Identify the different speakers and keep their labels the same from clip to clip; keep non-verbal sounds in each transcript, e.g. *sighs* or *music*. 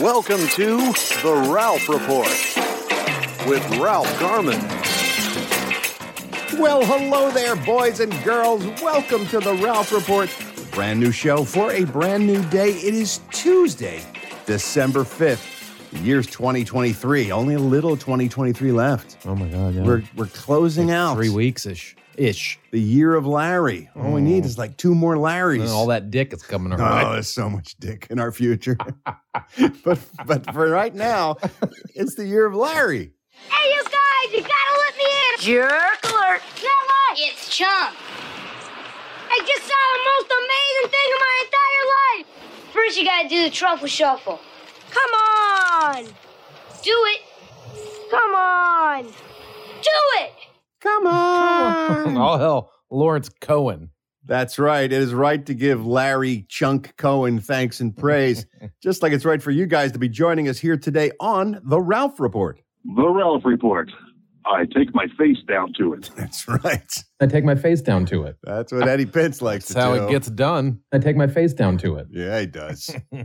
Speaker 1: Welcome to The Ralph Report with Ralph Garman.
Speaker 2: Well, hello there, boys and girls. Welcome to the Ralph Report. Brand new show for a brand new day. It is Tuesday.
Speaker 1: December 5th, the year's 2023. Only a little 2023 left.
Speaker 3: Oh my god, yeah.
Speaker 1: We're, we're closing out
Speaker 3: three weeks ish. Ish.
Speaker 1: the year of Larry. All we need is like two more Larrys.
Speaker 3: Oh. And all that dick is coming our
Speaker 1: Oh,
Speaker 3: way.
Speaker 1: there's so much dick in
Speaker 3: *laughs*
Speaker 1: our future. but but for right now, it's the year of Larry.
Speaker 4: Hey, you guys, you gotta let me in. Jerk alert. Not what? It's Chum. I just saw the most amazing thing of my entire life. First, you gotta do the truffle shuffle. Come on. Do it. Come on. Do it.
Speaker 1: Come
Speaker 3: *laughs*
Speaker 1: on.
Speaker 3: All hell, Lawrence Cohen.
Speaker 1: That's right. It is right to give Larry Chunk Cohen thanks
Speaker 3: *laughs*
Speaker 1: and praise, just like it's right for you guys to be joining us here today on The Ralph Report.
Speaker 5: The Ralph Report. I take my face down to it.
Speaker 1: *laughs* That's right.
Speaker 3: I take my face down to it.
Speaker 1: That's what Eddie Pence likes
Speaker 3: That's
Speaker 1: to
Speaker 3: how
Speaker 1: do.
Speaker 3: it gets done. I take my face down to it.
Speaker 1: Yeah, he does. *laughs*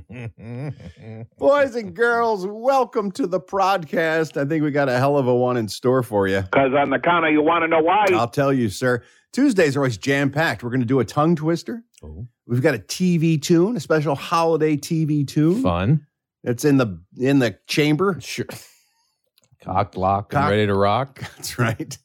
Speaker 1: Boys and girls, welcome to the podcast. I think we got a hell of a one in store for you.
Speaker 5: Because on the counter, you want to know why?
Speaker 1: I'll tell you, sir. Tuesdays are always jam packed. We're going to do a tongue twister.
Speaker 3: Oh.
Speaker 1: We've got a TV tune, a special holiday TV tune.
Speaker 3: Fun.
Speaker 1: It's in the in the chamber. *laughs*
Speaker 3: Sure. *laughs* Cocked, locked,
Speaker 1: Cock-
Speaker 3: and ready to rock.
Speaker 1: That's right.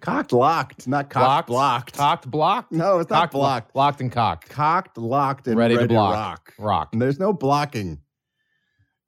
Speaker 1: Cocked locked, not cocked blocked.
Speaker 3: Cocked, blocked.
Speaker 1: no, it's not
Speaker 3: Cocked, lo-
Speaker 1: blocked.
Speaker 3: Locked and cocked.
Speaker 1: Cocked locked and
Speaker 3: Ready
Speaker 1: ready,
Speaker 3: to block.
Speaker 1: rock.
Speaker 3: Rock.
Speaker 1: There's no blocking.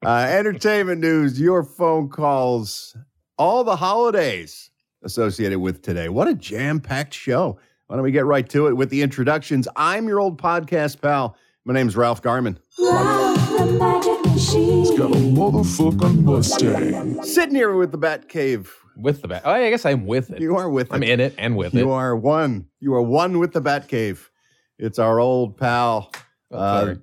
Speaker 1: Uh, entertainment news, your phone calls, all the holidays associated with today. What a jam packed show. Why don't we get right to it with the introductions? I'm your old podcast pal. My name's Ralph Garman.
Speaker 6: got a motherfucking Mustang.
Speaker 1: Sitting here with the Bat Cave.
Speaker 3: With the bat. Oh, I guess I'm with it.
Speaker 1: You are with
Speaker 3: I'm
Speaker 1: it.
Speaker 3: in it and with
Speaker 1: You
Speaker 3: it.
Speaker 1: are one. You are one with the Bat Cave. It's our old pal.
Speaker 3: Oh,
Speaker 1: uh,
Speaker 3: sorry.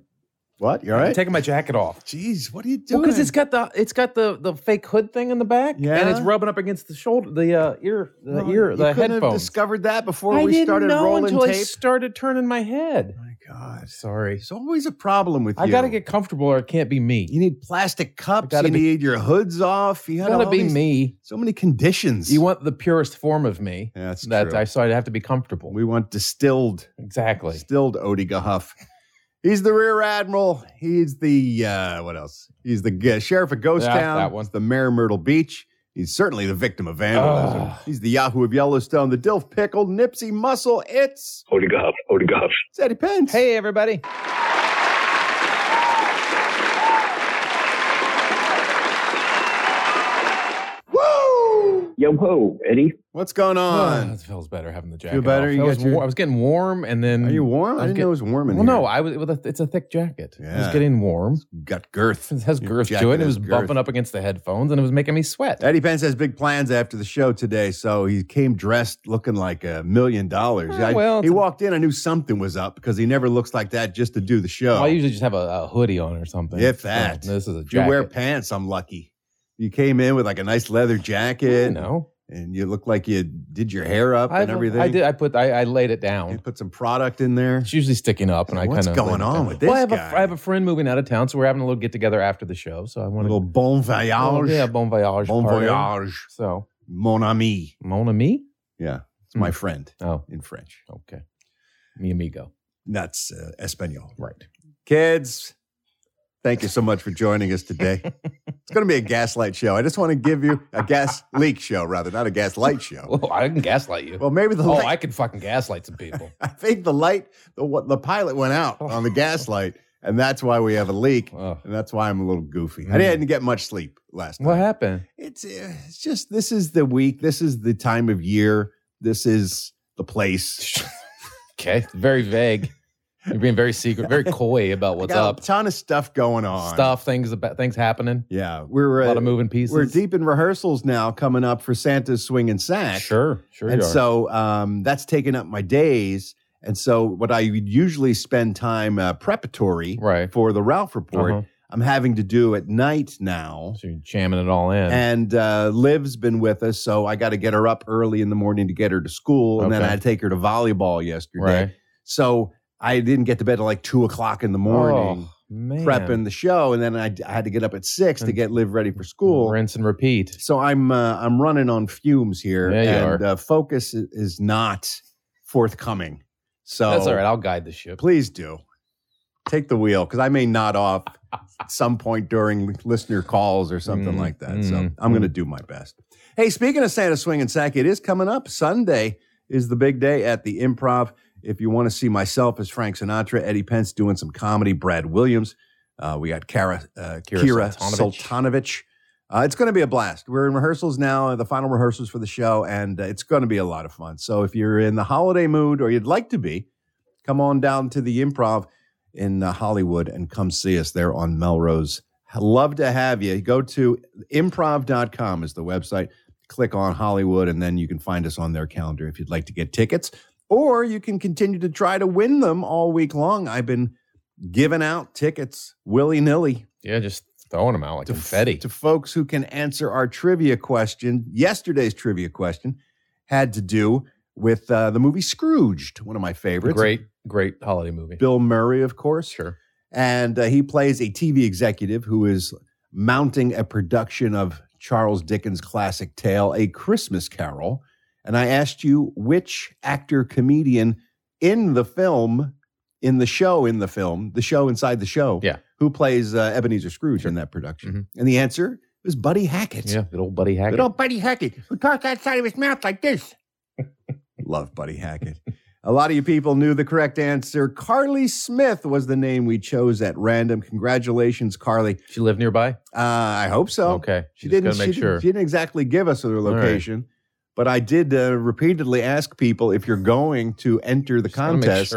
Speaker 1: What? You all right?
Speaker 3: I'm taking my jacket off.
Speaker 1: Jeez, what are you doing?
Speaker 3: Well, because it's got the it's got the the fake hood thing in the back, and
Speaker 1: Yeah.
Speaker 3: it's rubbing up against the shoulder, the uh, ear, the
Speaker 1: No,
Speaker 3: ear,
Speaker 1: you
Speaker 3: the
Speaker 1: couldn't have
Speaker 3: headphones.
Speaker 1: discovered that before
Speaker 3: I
Speaker 1: we
Speaker 3: didn't
Speaker 1: started
Speaker 3: know
Speaker 1: rolling
Speaker 3: until
Speaker 1: tape.
Speaker 3: I started turning my head.
Speaker 1: my God.
Speaker 3: Sorry,
Speaker 1: There's always a problem with
Speaker 3: I
Speaker 1: you.
Speaker 3: gotta get comfortable, or it can't be me.
Speaker 1: You need plastic cups. You
Speaker 3: gotta be-
Speaker 1: need your hoods off. You
Speaker 3: You
Speaker 1: gotta,
Speaker 3: gotta
Speaker 1: all
Speaker 3: be
Speaker 1: these-
Speaker 3: me.
Speaker 1: So many conditions.
Speaker 3: You want the purest form of me.
Speaker 1: Yeah, that's
Speaker 3: that
Speaker 1: true.
Speaker 3: I so I have to be comfortable.
Speaker 1: we want distilled,
Speaker 3: exactly.
Speaker 1: distilled Odie Gahuff. He's the rear admiral. He's the uh, what else? He's the g- sheriff of Ghost
Speaker 3: Yeah,
Speaker 1: Town.
Speaker 3: that one.
Speaker 1: He's the mayor of Myrtle Beach. He's certainly the victim of vandalism.
Speaker 3: Ugh.
Speaker 1: He's the Yahoo of Yellowstone. The Dilf Pickle, Nipsey Muscle. It's
Speaker 5: Odie Goff, Odie Goff.
Speaker 1: it's Eddie Pence.
Speaker 3: Hey everybody!
Speaker 1: woo!
Speaker 5: Yo ho, Eddie.
Speaker 1: What's going on?
Speaker 3: Ah, it feels better having the jacket.
Speaker 1: better?
Speaker 3: off.
Speaker 1: You
Speaker 3: I, was
Speaker 1: got your-
Speaker 3: war- I was getting warm, and then
Speaker 1: Are you warm? I
Speaker 3: I'm
Speaker 1: didn't
Speaker 3: get-
Speaker 1: know it was warm in
Speaker 3: Well,
Speaker 1: here.
Speaker 3: no, I was. It was a, it's a thick jacket. It was
Speaker 1: Yeah.
Speaker 3: getting warm.
Speaker 1: got girth.
Speaker 3: It has
Speaker 1: Your
Speaker 3: girth
Speaker 1: jacket
Speaker 3: to it. It was
Speaker 1: has girth.
Speaker 3: bumping up against the headphones, and it was making me sweat.
Speaker 1: Eddie Pence has big plans after the show today, so he came dressed looking like a million dollars.
Speaker 3: Ah,
Speaker 1: I-
Speaker 3: well,
Speaker 1: he
Speaker 3: it's-
Speaker 1: walked in, I knew something was up because he never looks like that just to do the show.
Speaker 3: Well, I usually just have a, a hoodie on or something.
Speaker 1: If that.
Speaker 3: So, this is a
Speaker 1: if you
Speaker 3: jacket.
Speaker 1: wear pants, I'm lucky. You came in with like a nice leather
Speaker 3: you
Speaker 1: jacket,
Speaker 3: know,
Speaker 1: and you look like you did your hair up
Speaker 3: I,
Speaker 1: and everything.
Speaker 3: I did. I put. I, I laid it
Speaker 1: You
Speaker 3: down.
Speaker 1: put some product in there.
Speaker 3: It's usually sticking up, and I kind
Speaker 1: What's
Speaker 3: of
Speaker 1: going on with
Speaker 3: Well, I have
Speaker 1: this
Speaker 3: a
Speaker 1: guy?
Speaker 3: I have a friend moving out of town, so we're having a little get together after the show. So I
Speaker 1: A
Speaker 3: want
Speaker 1: little bon voyage,
Speaker 3: Oh, yeah, bon voyage,
Speaker 1: bon
Speaker 3: party.
Speaker 1: voyage,
Speaker 3: So
Speaker 1: mon ami.
Speaker 3: mon ami.
Speaker 1: Yeah, it's my
Speaker 3: Hmm.
Speaker 1: friend
Speaker 3: Oh,
Speaker 1: in French.
Speaker 3: okay, mi amigo.
Speaker 1: That's uh, Espanol.
Speaker 3: Right. *laughs*
Speaker 1: Kids, thank you so much for joining us today. it's going to be a gaslight show. I just want to give you a gas leak show, rather, not a gaslight show.
Speaker 3: Well, I can gaslight you.
Speaker 1: Well, maybe the
Speaker 3: oh,
Speaker 1: light,
Speaker 3: I can fucking gaslight some
Speaker 1: *laughs*
Speaker 3: people.
Speaker 1: I think the light, the what the pilot went out on the gaslight, and that's why we have a leak,
Speaker 3: Ugh.
Speaker 1: and that's why I'm a little goofy. I
Speaker 3: Mm.
Speaker 1: didn't get much sleep last night.
Speaker 3: What happened?
Speaker 1: It's uh, it's just this is the week, this is the time of year, this is the place.
Speaker 3: Okay, very vague. You're being very secret,
Speaker 1: *laughs*
Speaker 3: very coy about what's
Speaker 1: Got
Speaker 3: up.
Speaker 1: A ton of stuff going on.
Speaker 3: Stuff, things about things happening.
Speaker 1: Yeah, we're
Speaker 3: A lot
Speaker 1: uh,
Speaker 3: of moving pieces.
Speaker 1: we're deep in rehearsals now, coming up for Santa's Swing and Sack.
Speaker 3: Sure, sure.
Speaker 1: and
Speaker 3: you are.
Speaker 1: so um, that's taken up my days. And so what I would usually spend time uh, preparatory
Speaker 3: right.
Speaker 1: for the Ralph report,
Speaker 3: Uh-huh.
Speaker 1: I'm having to do at night now.
Speaker 3: So you're jamming it all in.
Speaker 1: And uh, Liv's been with us, so I got to get her up early in the morning to get her to school, and then
Speaker 3: Okay.
Speaker 1: I had to take her to volleyball yesterday.
Speaker 3: right.
Speaker 1: So I didn't get to bed till like two o'clock in the morning,
Speaker 3: Oh, man.
Speaker 1: prepping the show, and then I, I had to get up at six to
Speaker 3: And-
Speaker 1: get Liv ready for school.
Speaker 3: Rinse and repeat.
Speaker 1: So I'm uh, I'm running on fumes here,
Speaker 3: Yeah, you
Speaker 1: and
Speaker 3: are.
Speaker 1: Uh, focus i- is not forthcoming. So
Speaker 3: That's all right. I'll guide the ship.
Speaker 1: Please do take the wheel because I may nod
Speaker 3: *laughs*
Speaker 1: off at some point during listener calls or something
Speaker 3: Mm,
Speaker 1: like that. so
Speaker 3: mm,
Speaker 1: I'm going to do my best. Hey, speaking of Santa Swing and Sack, it is coming up. Sunday is the big day at the Improv. If you want to see myself as Frank Sinatra, Eddie Pence doing some comedy, Brad Williams. Uh, we got Kara, uh, Kira,
Speaker 3: Kira
Speaker 1: Sultanovich.
Speaker 3: Sultanovich.
Speaker 1: Uh, it's going to be a blast. We're in rehearsals now, the final rehearsals for the show, and uh, it's going to be a lot of fun. So if you're in the holiday mood or you'd like to be, come on down to the improv in uh, Hollywood and come see us there on Melrose. Love to have you. Go to improv.com is the website. Click on Hollywood and then you can find us on their calendar if you'd like to get tickets. Or you can continue to try to win them all week long. I've been giving out tickets willy nilly
Speaker 3: Yeah, just throwing them out like
Speaker 1: to,
Speaker 3: confetti.
Speaker 1: to folks who can answer our trivia question. Yesterday's trivia question had to do with uh, the movie Scrooged, one of my favorites.
Speaker 3: great, great holiday movie.
Speaker 1: Bill Murray, of course.
Speaker 3: Sure.
Speaker 1: And uh, he plays a TV executive who is mounting a production of Charles Dickens' classic tale, A Christmas Carol. And I asked you which actor comedian in the film, in the show, in the film, the show inside the show,
Speaker 3: Yeah. Mm-hmm.
Speaker 1: who plays uh, Ebenezer Scrooge in that production. And the answer was Buddy Hackett.
Speaker 3: Yeah, good old buddy Hackett.
Speaker 1: Good old oh, Buddy Hackett, who talks outside of his mouth like this. *laughs* Love Buddy Hackett. A lot of you people knew the correct answer. Carly Smith was the name we chose at random. Congratulations, Carly.
Speaker 3: She lived nearby.
Speaker 1: Uh, I hope so.
Speaker 3: okay,
Speaker 1: She
Speaker 3: Just
Speaker 1: didn't.
Speaker 3: gotta
Speaker 1: She,
Speaker 3: make
Speaker 1: didn't
Speaker 3: sure.
Speaker 1: she didn't exactly give us her
Speaker 3: right.
Speaker 1: location, but I did uh, repeatedly ask people if you're going to enter the
Speaker 3: Just gotta make
Speaker 1: contest,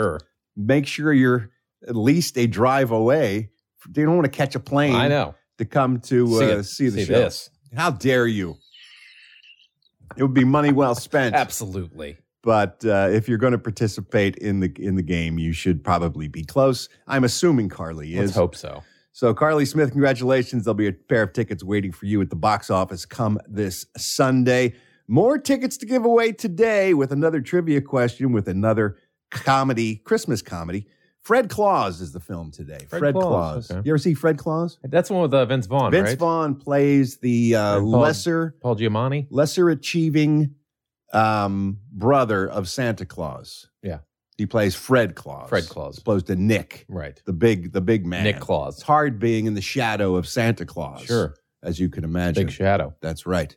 Speaker 1: make sure.
Speaker 3: sure.
Speaker 1: you're at least a drive away. You don't want to catch a plane.
Speaker 3: I know.
Speaker 1: to come to
Speaker 3: See
Speaker 1: uh, see,
Speaker 3: it.
Speaker 1: the
Speaker 3: See
Speaker 1: show.
Speaker 3: this.
Speaker 1: How dare you? It would be money well spent.
Speaker 3: Absolutely.
Speaker 1: But uh, if you're going to participate in the in the game, you should probably be close. I'm assuming Carly
Speaker 3: Let's
Speaker 1: is.
Speaker 3: hope so.
Speaker 1: So, Carly Smith, congratulations. There'll be a pair of tickets waiting for you at the box office come this Sunday. More tickets to give away today with another trivia question with another comedy, Christmas comedy. Fred Claus is the film today.
Speaker 3: Fred Claus, okay.
Speaker 1: You ever see Fred Claus?
Speaker 3: That's the one with uh, Vince Vaughn,
Speaker 1: Vince
Speaker 3: right?
Speaker 1: Vaughn plays the uh,
Speaker 3: Fred Claus.
Speaker 1: lesser
Speaker 3: Paul Giamatti.
Speaker 1: lesser achieving um, brother of Santa Claus.
Speaker 3: Yeah.
Speaker 1: He plays Fred Claus.
Speaker 3: Fred Claus.
Speaker 1: As opposed to Nick,
Speaker 3: Right.
Speaker 1: the big the big man.
Speaker 3: Nick Claus.
Speaker 1: It's hard being in the shadow of Santa Claus.
Speaker 3: Sure.
Speaker 1: As you can imagine.
Speaker 3: Big shadow.
Speaker 1: That's right.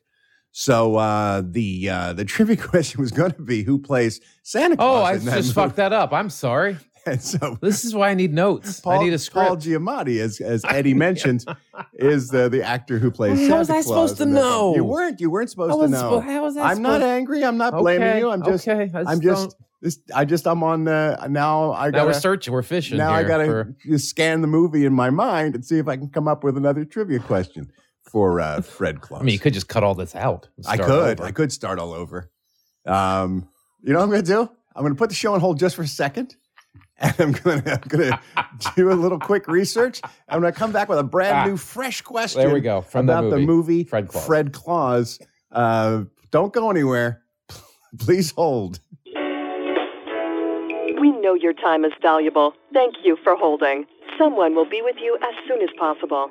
Speaker 1: So uh, the uh, the *laughs* trivia question was going to be who plays Santa
Speaker 3: Oh,
Speaker 1: Claus.
Speaker 3: I
Speaker 1: in
Speaker 3: just
Speaker 1: that movie.
Speaker 3: fucked that up. I'm sorry.
Speaker 1: And *laughs* so
Speaker 3: This is why *laughs* I need notes.
Speaker 1: Paul,
Speaker 3: I need a script.
Speaker 1: Paul Giamatti, as as Eddie mentioned,
Speaker 3: *laughs*
Speaker 1: is the, the actor who plays.
Speaker 3: How
Speaker 1: Santa
Speaker 3: was I
Speaker 1: Claus
Speaker 3: supposed to
Speaker 1: in that film.
Speaker 3: know?
Speaker 1: You weren't. You weren't supposed
Speaker 3: I
Speaker 1: to
Speaker 3: wasn't
Speaker 1: know.
Speaker 3: suppo- how was I
Speaker 1: I'm not
Speaker 3: supposed-
Speaker 1: angry. I'm not blaming
Speaker 3: Okay,
Speaker 1: you. I'm just.
Speaker 3: okay. I
Speaker 1: I'm just.
Speaker 3: don't-
Speaker 1: This. I just. I'm on. Uh, now
Speaker 3: now
Speaker 1: I got.
Speaker 3: we're
Speaker 1: to
Speaker 3: searching. We're fishing.
Speaker 1: Now I
Speaker 3: here
Speaker 1: got to
Speaker 3: for-
Speaker 1: just scan the movie in my mind and see if I can come up with another trivia question for uh, Fred Claus.
Speaker 3: I mean, you could just cut all this out. and
Speaker 1: I
Speaker 3: start
Speaker 1: could.
Speaker 3: over.
Speaker 1: I could start all over. Um, you know what I'm going to do? I'm going to put the show on hold just for a second. *laughs* And I'm going to I'm
Speaker 3: *laughs*
Speaker 1: gonna do a little quick research. I'm going to come back with a brand
Speaker 3: Ah.
Speaker 1: new, fresh question.
Speaker 3: There we go. From that
Speaker 1: about
Speaker 3: movie.
Speaker 1: the movie
Speaker 3: Fred Claus.
Speaker 1: Fred Claus. Uh, don't go anywhere. *laughs* Please hold.
Speaker 7: We know your time is valuable. Thank you for holding. Someone will be with you as soon as possible.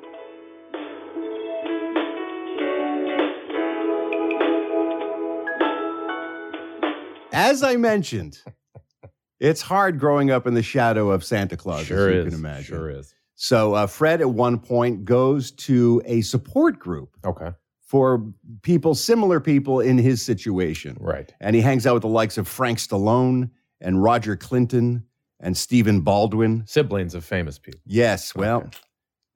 Speaker 1: As I mentioned, it's hard growing up in the shadow of Santa Claus,
Speaker 3: Sure
Speaker 1: as you
Speaker 3: is.
Speaker 1: can imagine.
Speaker 3: Sure is.
Speaker 1: So uh, Fred, at one point, goes to a support group
Speaker 3: Okay.
Speaker 1: for people, similar people in his situation.
Speaker 3: Right.
Speaker 1: And he hangs out with the likes of Frank Stallone and Roger Clinton and Stephen Baldwin.
Speaker 3: Siblings of famous people.
Speaker 1: Yes, well,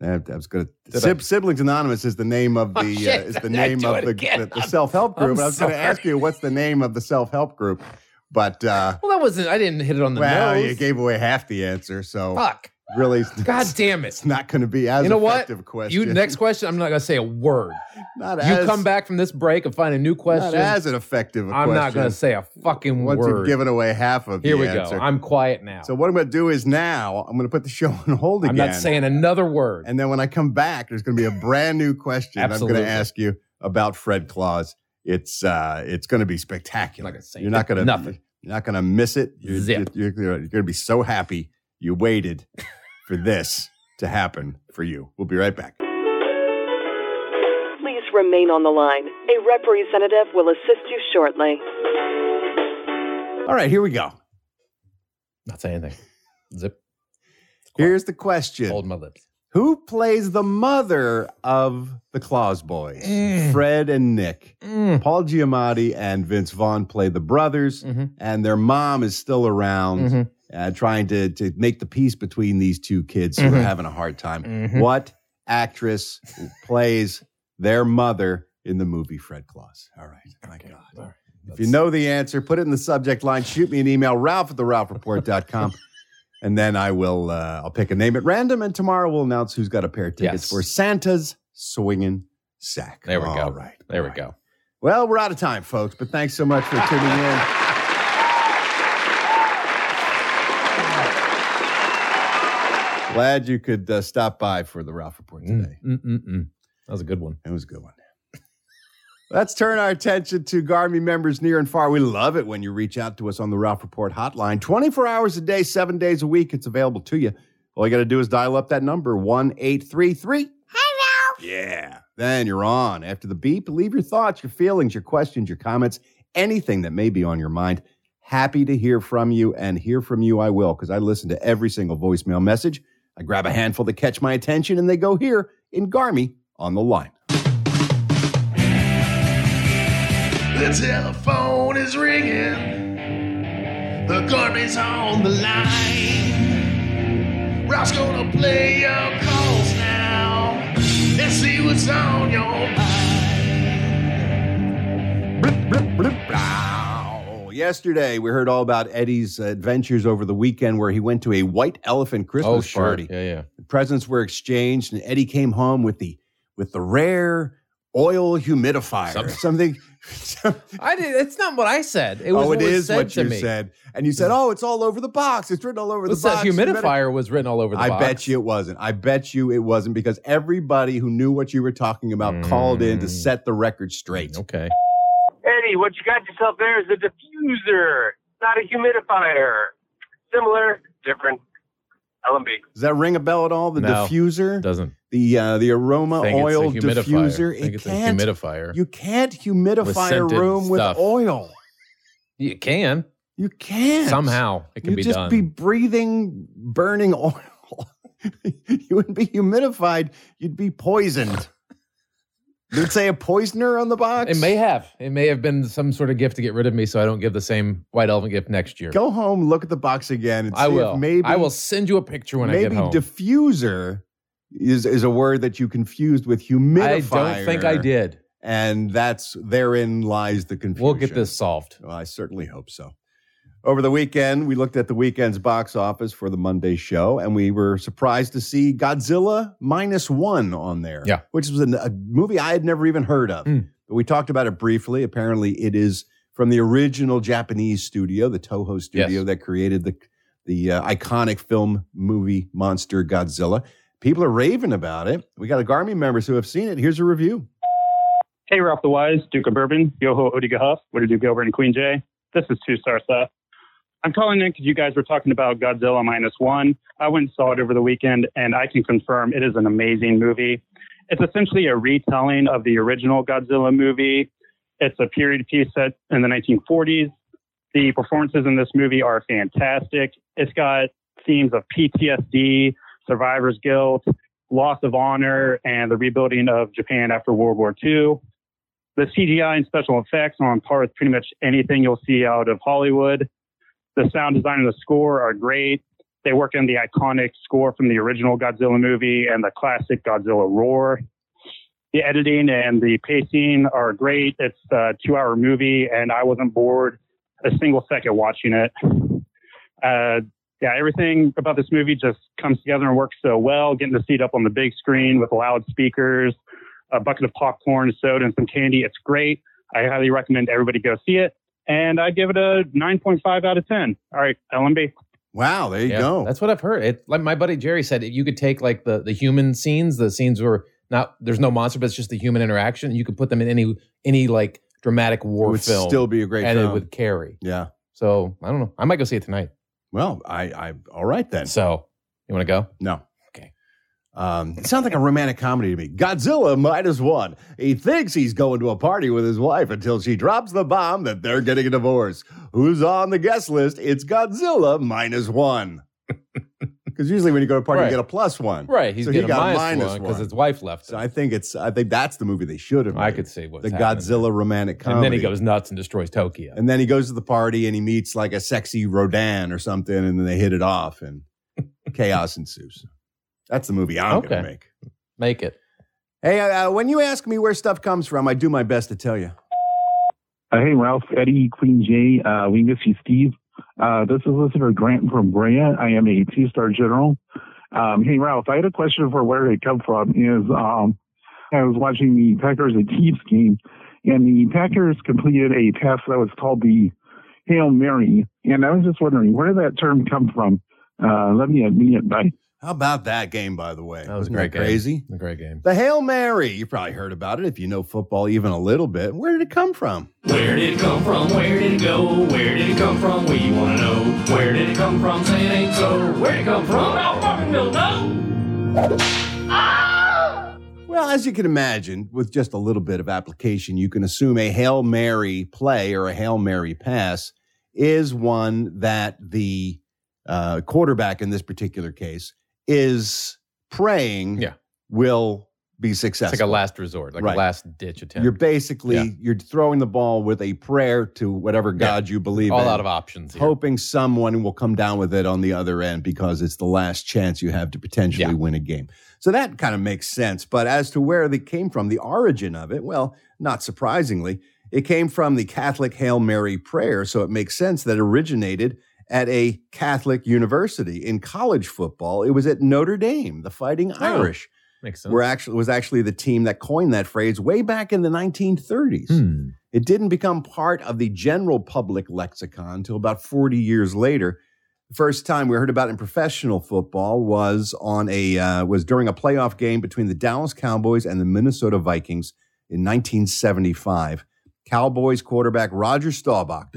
Speaker 1: that, that was good.
Speaker 3: Did
Speaker 1: Sib-
Speaker 3: I-
Speaker 1: Siblings Anonymous is the name of the
Speaker 3: Oh, shit,
Speaker 1: uh, is the
Speaker 3: did I
Speaker 1: name
Speaker 3: do
Speaker 1: of
Speaker 3: it
Speaker 1: the,
Speaker 3: again?
Speaker 1: the, the
Speaker 3: I'm-
Speaker 1: self help group.
Speaker 3: I'm
Speaker 1: and I was going to
Speaker 3: sorry.
Speaker 1: ask you what's the name of the self help group, But uh,
Speaker 3: Well, that wasn't. I didn't hit it Ah, on the
Speaker 1: well,
Speaker 3: nose.
Speaker 1: you gave away half the answer, so
Speaker 3: Fuck.
Speaker 1: really, *laughs*
Speaker 3: God
Speaker 1: it's
Speaker 3: damn it.
Speaker 1: not going to be as
Speaker 3: You know what?
Speaker 1: effective question.
Speaker 3: You next question. I'm not gonna say a word.
Speaker 1: not
Speaker 3: you
Speaker 1: as,
Speaker 3: come back from this break and find a new
Speaker 1: not
Speaker 3: question.
Speaker 1: as an effective. a
Speaker 3: I'm not
Speaker 1: question
Speaker 3: gonna say a fucking
Speaker 1: once
Speaker 3: word.
Speaker 1: you've given away half of
Speaker 3: Here
Speaker 1: the
Speaker 3: we
Speaker 1: answer.
Speaker 3: go. I'm quiet now.
Speaker 1: so what I'm going to do is now I'm going to put the show on hold
Speaker 3: I'm
Speaker 1: again.
Speaker 3: not saying another word.
Speaker 1: *laughs* And then when I come back, there's going to be a brand new question I'm going
Speaker 3: Absolutely.
Speaker 1: to ask you about Fred Claus. It's uh, it's going to be spectacular.
Speaker 3: Not gonna say
Speaker 1: you're not going to
Speaker 3: nothing.
Speaker 1: You're not going to miss it. You're,
Speaker 3: Zip.
Speaker 1: You're, you're, going to be so happy you waited for this to happen for you. We'll be right back.
Speaker 7: Please remain on the line. A representative will assist you shortly.
Speaker 1: All right, here we go.
Speaker 3: not saying anything. Zip.
Speaker 1: Here's the question:
Speaker 3: Hold my lips.
Speaker 1: Who plays the mother of the Claus boys?
Speaker 3: Eh.
Speaker 1: Fred and Nick.
Speaker 3: Mm.
Speaker 1: Paul Giamatti and Vince Vaughn play the brothers,
Speaker 3: Mhm.
Speaker 1: and their mom is still around.
Speaker 3: Mhm.
Speaker 1: uh, trying to, to make the peace between these two kids who are
Speaker 3: Mhm.
Speaker 1: having a hard time.
Speaker 3: Mhm.
Speaker 1: What actress plays their mother in the movie Fred Claus? All right. My
Speaker 3: Okay.
Speaker 1: God.
Speaker 3: All right.
Speaker 1: If you know the answer, put it in the subject line, shoot me an email, ralph at
Speaker 3: *laughs*
Speaker 1: the ralphreport.com. and then I will, uh, I'll pick a name at random, and tomorrow we'll announce who's got a pair of tickets
Speaker 3: Yes.
Speaker 1: for Santa's Swinging Sack.
Speaker 3: There we go.
Speaker 1: All right.
Speaker 3: There we
Speaker 1: All right.
Speaker 3: go.
Speaker 1: Well, we're out of time, folks, but thanks so much for tuning in. Glad you could uh, stop by for the Ralph Report today.
Speaker 3: Mm, mm, mm, mm. That was a good one.
Speaker 1: It was a good one. Let's turn our attention to Garmy members near and far. We love it when you reach out to us on the Ralph Report hotline. 24 hours a day, seven days a week, it's available to you. All you got to do is dial up that number, 1833. Yeah. Then you're on. After the beep, leave your thoughts, your feelings, your questions, your comments, anything that may be on your mind. Happy to hear from you and hear from you I will because I listen to every single voicemail message. I grab a handful that catch my attention and they go here in Garmy on the line.
Speaker 8: The telephone is ringing. The garbage on the line. Ralph's gonna play your calls now and see what's on your mind.
Speaker 1: Wow. Yesterday, we heard all about Eddie's adventures over the weekend where he went to a white elephant Christmas
Speaker 3: oh, sure.
Speaker 1: party.
Speaker 3: Yeah, yeah.
Speaker 1: The presents were exchanged, and Eddie came home with the with the rare oil humidifier. Something. some-
Speaker 3: I did. It's not what I said. It was
Speaker 1: oh,
Speaker 3: what
Speaker 1: it
Speaker 3: was
Speaker 1: is
Speaker 3: said
Speaker 1: what
Speaker 3: to
Speaker 1: you
Speaker 3: me.
Speaker 1: said. And you said, oh, it's all over the box. It's written all over
Speaker 3: What's
Speaker 1: the
Speaker 3: that
Speaker 1: box. You better-
Speaker 3: humidifier was written all over the
Speaker 1: I
Speaker 3: box.
Speaker 1: bet you it wasn't. I bet you it wasn't because everybody who knew what you were talking about called in to
Speaker 3: Mm.
Speaker 1: set the record straight.
Speaker 3: Okay.
Speaker 9: Eddie, what you got yourself there is a diffuser, not a humidifier. Similar, different. LMB.
Speaker 1: Does that ring a bell at all? The
Speaker 3: No.
Speaker 1: diffuser? *laughs*
Speaker 3: Doesn't.
Speaker 1: the uh, the aroma
Speaker 3: think
Speaker 1: oil
Speaker 3: it's a humidifier.
Speaker 1: diffuser.
Speaker 3: I think
Speaker 1: It
Speaker 3: it's a
Speaker 1: can't.
Speaker 3: humidifier. You,
Speaker 1: You can't humidify a
Speaker 3: scented
Speaker 1: room
Speaker 3: stuff.
Speaker 1: with oil.
Speaker 3: can
Speaker 1: You can't
Speaker 3: somehow. It can
Speaker 1: You'd
Speaker 3: be
Speaker 1: just
Speaker 3: done.
Speaker 1: be breathing burning *laughs* oil. you wouldn't be humidified. You'd be poisoned. Did it say a poisoner on the box?
Speaker 3: it may have. It may have been some sort of gift to get rid of me, so I don't give the same white elephant gift next year.
Speaker 1: Go home, look at the box again, and see
Speaker 3: I will.
Speaker 1: if maybe
Speaker 3: I will send you a picture when I
Speaker 1: maybe
Speaker 3: get home.
Speaker 1: diffuser is is a word that you confused with
Speaker 3: I
Speaker 1: humidifier.
Speaker 3: don't think I did.
Speaker 1: and that's therein lies the confusion.
Speaker 3: We'll get this solved.
Speaker 1: Well, I certainly hope so. Over the weekend, we looked at the weekend's box office for the Monday show, and we were surprised to see Godzilla minus one on there.
Speaker 3: Yeah.
Speaker 1: which was an, a movie I had never even heard of.
Speaker 3: Mm.
Speaker 1: But we talked about it briefly. Apparently, it is from the original Japanese studio, the Toho studio
Speaker 3: Yes.
Speaker 1: that created the the uh, iconic film movie monster Godzilla. People are raving about it. We got a Garmy members who have seen it. Here's a review.
Speaker 10: Hey, Ralph the Wise, Duke of Bourbon, Yoho Odiga Huff, what do you do, Gilbert and Queen Jay? This is Two Star Seth. I'm calling in because you guys were talking about Godzilla Minus One. I went and saw it over the weekend, and I can confirm it is an amazing movie. It's essentially a retelling of the original Godzilla movie. It's a period piece set in the 1940s. The performances in this movie are fantastic. It's got themes of PTSD, survivor's guilt, loss of honor, and the rebuilding of Japan after World War II the CGI and special effects are on par with pretty much anything you'll see out of Hollywood. The sound design and the score are great. They work in the iconic score from the original Godzilla movie and the classic Godzilla roar. The editing and the pacing are great. It's a two hour movie, and I wasn't bored. a single second watching it. Uh, yeah, everything about this movie just comes together and works so well. Getting the seat up on the big screen with loud speakers, a bucket of popcorn, soda, and some candy. It's great. I highly recommend everybody go see it. And I give it a 9.5 out of 10. All right, LMB.
Speaker 1: Wow, there you
Speaker 3: Yeah,
Speaker 1: go.
Speaker 3: That's what I've heard. It, like my buddy Jerry said, you could take like the the human scenes, the scenes where not there's no monster, but it's just the human interaction. And you could put them in any any like dramatic
Speaker 1: it
Speaker 3: war
Speaker 1: would
Speaker 3: film,
Speaker 1: still be a great
Speaker 3: and
Speaker 1: film.
Speaker 3: it would carry.
Speaker 1: yeah.
Speaker 3: So I don't know. I might go see it tonight.
Speaker 1: Well, I, I all right then.
Speaker 3: So you want to go?
Speaker 1: No.
Speaker 3: Okay. *laughs*
Speaker 1: Um, it sounds like a romantic comedy to me. Godzilla minus one. He thinks he's going to a party with his wife until she drops the bomb that they're getting a divorce. Who's on the guest list? It's Godzilla
Speaker 3: *laughs*
Speaker 1: minus one. Because usually when you go to a party,
Speaker 3: Right.
Speaker 1: you get a plus one.
Speaker 3: Right. He's
Speaker 1: So he
Speaker 3: getting
Speaker 1: got
Speaker 3: a
Speaker 1: a
Speaker 3: minus
Speaker 1: minus
Speaker 3: one because
Speaker 1: one.
Speaker 3: his wife left.
Speaker 1: So
Speaker 3: him.
Speaker 1: I think it's I think that's the movie they should have.
Speaker 3: I,
Speaker 1: made.
Speaker 3: could see what
Speaker 1: the Godzilla romantic comedy.
Speaker 3: and then he goes nuts and destroys Tokyo.
Speaker 1: And then he goes to the party and he meets like a sexy Rodan or something, and then they hit it
Speaker 3: *laughs*
Speaker 1: off and chaos ensues. That's the movie I'm
Speaker 3: Okay.
Speaker 1: gonna make.
Speaker 3: Make it.
Speaker 1: Hey, uh, when you ask me where stuff comes from, I do my best to tell you.
Speaker 11: Uh, hey, Ralph, Eddie, Queen Jay, uh, Wingus, you, Steve. Uh, this is listener Grant from Brea. I am a two-star general. Um, hey, Ralph, I had a question for where it come from. Is um, I was watching the Packers and Chiefs game, and the Packers completed a pass that was called the Hail Mary, and I was just wondering where did that term come from. Uh, let me admit it. Bye.
Speaker 1: How about that game, by the way?
Speaker 3: That was a
Speaker 1: Isn't
Speaker 3: great game.
Speaker 1: crazy.
Speaker 3: A great game.
Speaker 1: The Hail Mary. You probably heard about it if you know football even a little bit. Where did it come from?
Speaker 12: Where did it come from? Where did it go? Where did it come from? We want to know. Where did it come from? Say it ain't so. Where did it come from? Ralph Martinville, no.
Speaker 1: Well, as you can imagine, with just a little bit of application, you can assume a Hail Mary play or a Hail Mary pass is one that the uh, quarterback in this particular case is praying
Speaker 3: Yeah.
Speaker 1: will be
Speaker 3: It's
Speaker 1: successful.
Speaker 3: like a last resort, like
Speaker 1: Right.
Speaker 3: a last ditch attempt.
Speaker 1: You're basically
Speaker 3: Yeah.
Speaker 1: you're throwing the ball with a prayer to whatever god you believe
Speaker 3: all
Speaker 1: in,
Speaker 3: out of options. Here.
Speaker 1: hoping someone will come down with it on the other end because it's the last chance you have to potentially
Speaker 3: Yeah.
Speaker 1: win a game. So that kind of makes sense. But as to where they came from, the origin of it, well, not surprisingly, it came from the Catholic Hail Mary prayer. So it makes sense that it originated at a Catholic university in college football. It was at Notre Dame, the
Speaker 3: Oh.
Speaker 1: Fighting Irish
Speaker 3: Makes sense.
Speaker 1: were actually was actually the team that coined that phrase way back in the 1930s.
Speaker 3: Hmm.
Speaker 1: It didn't become part of the general public lexicon until about 40 years later. The first time we heard about it in professional football was on a uh, was during a playoff game between the Dallas Cowboys and the Minnesota Vikings in 1975. Cowboys quarterback Roger Staubach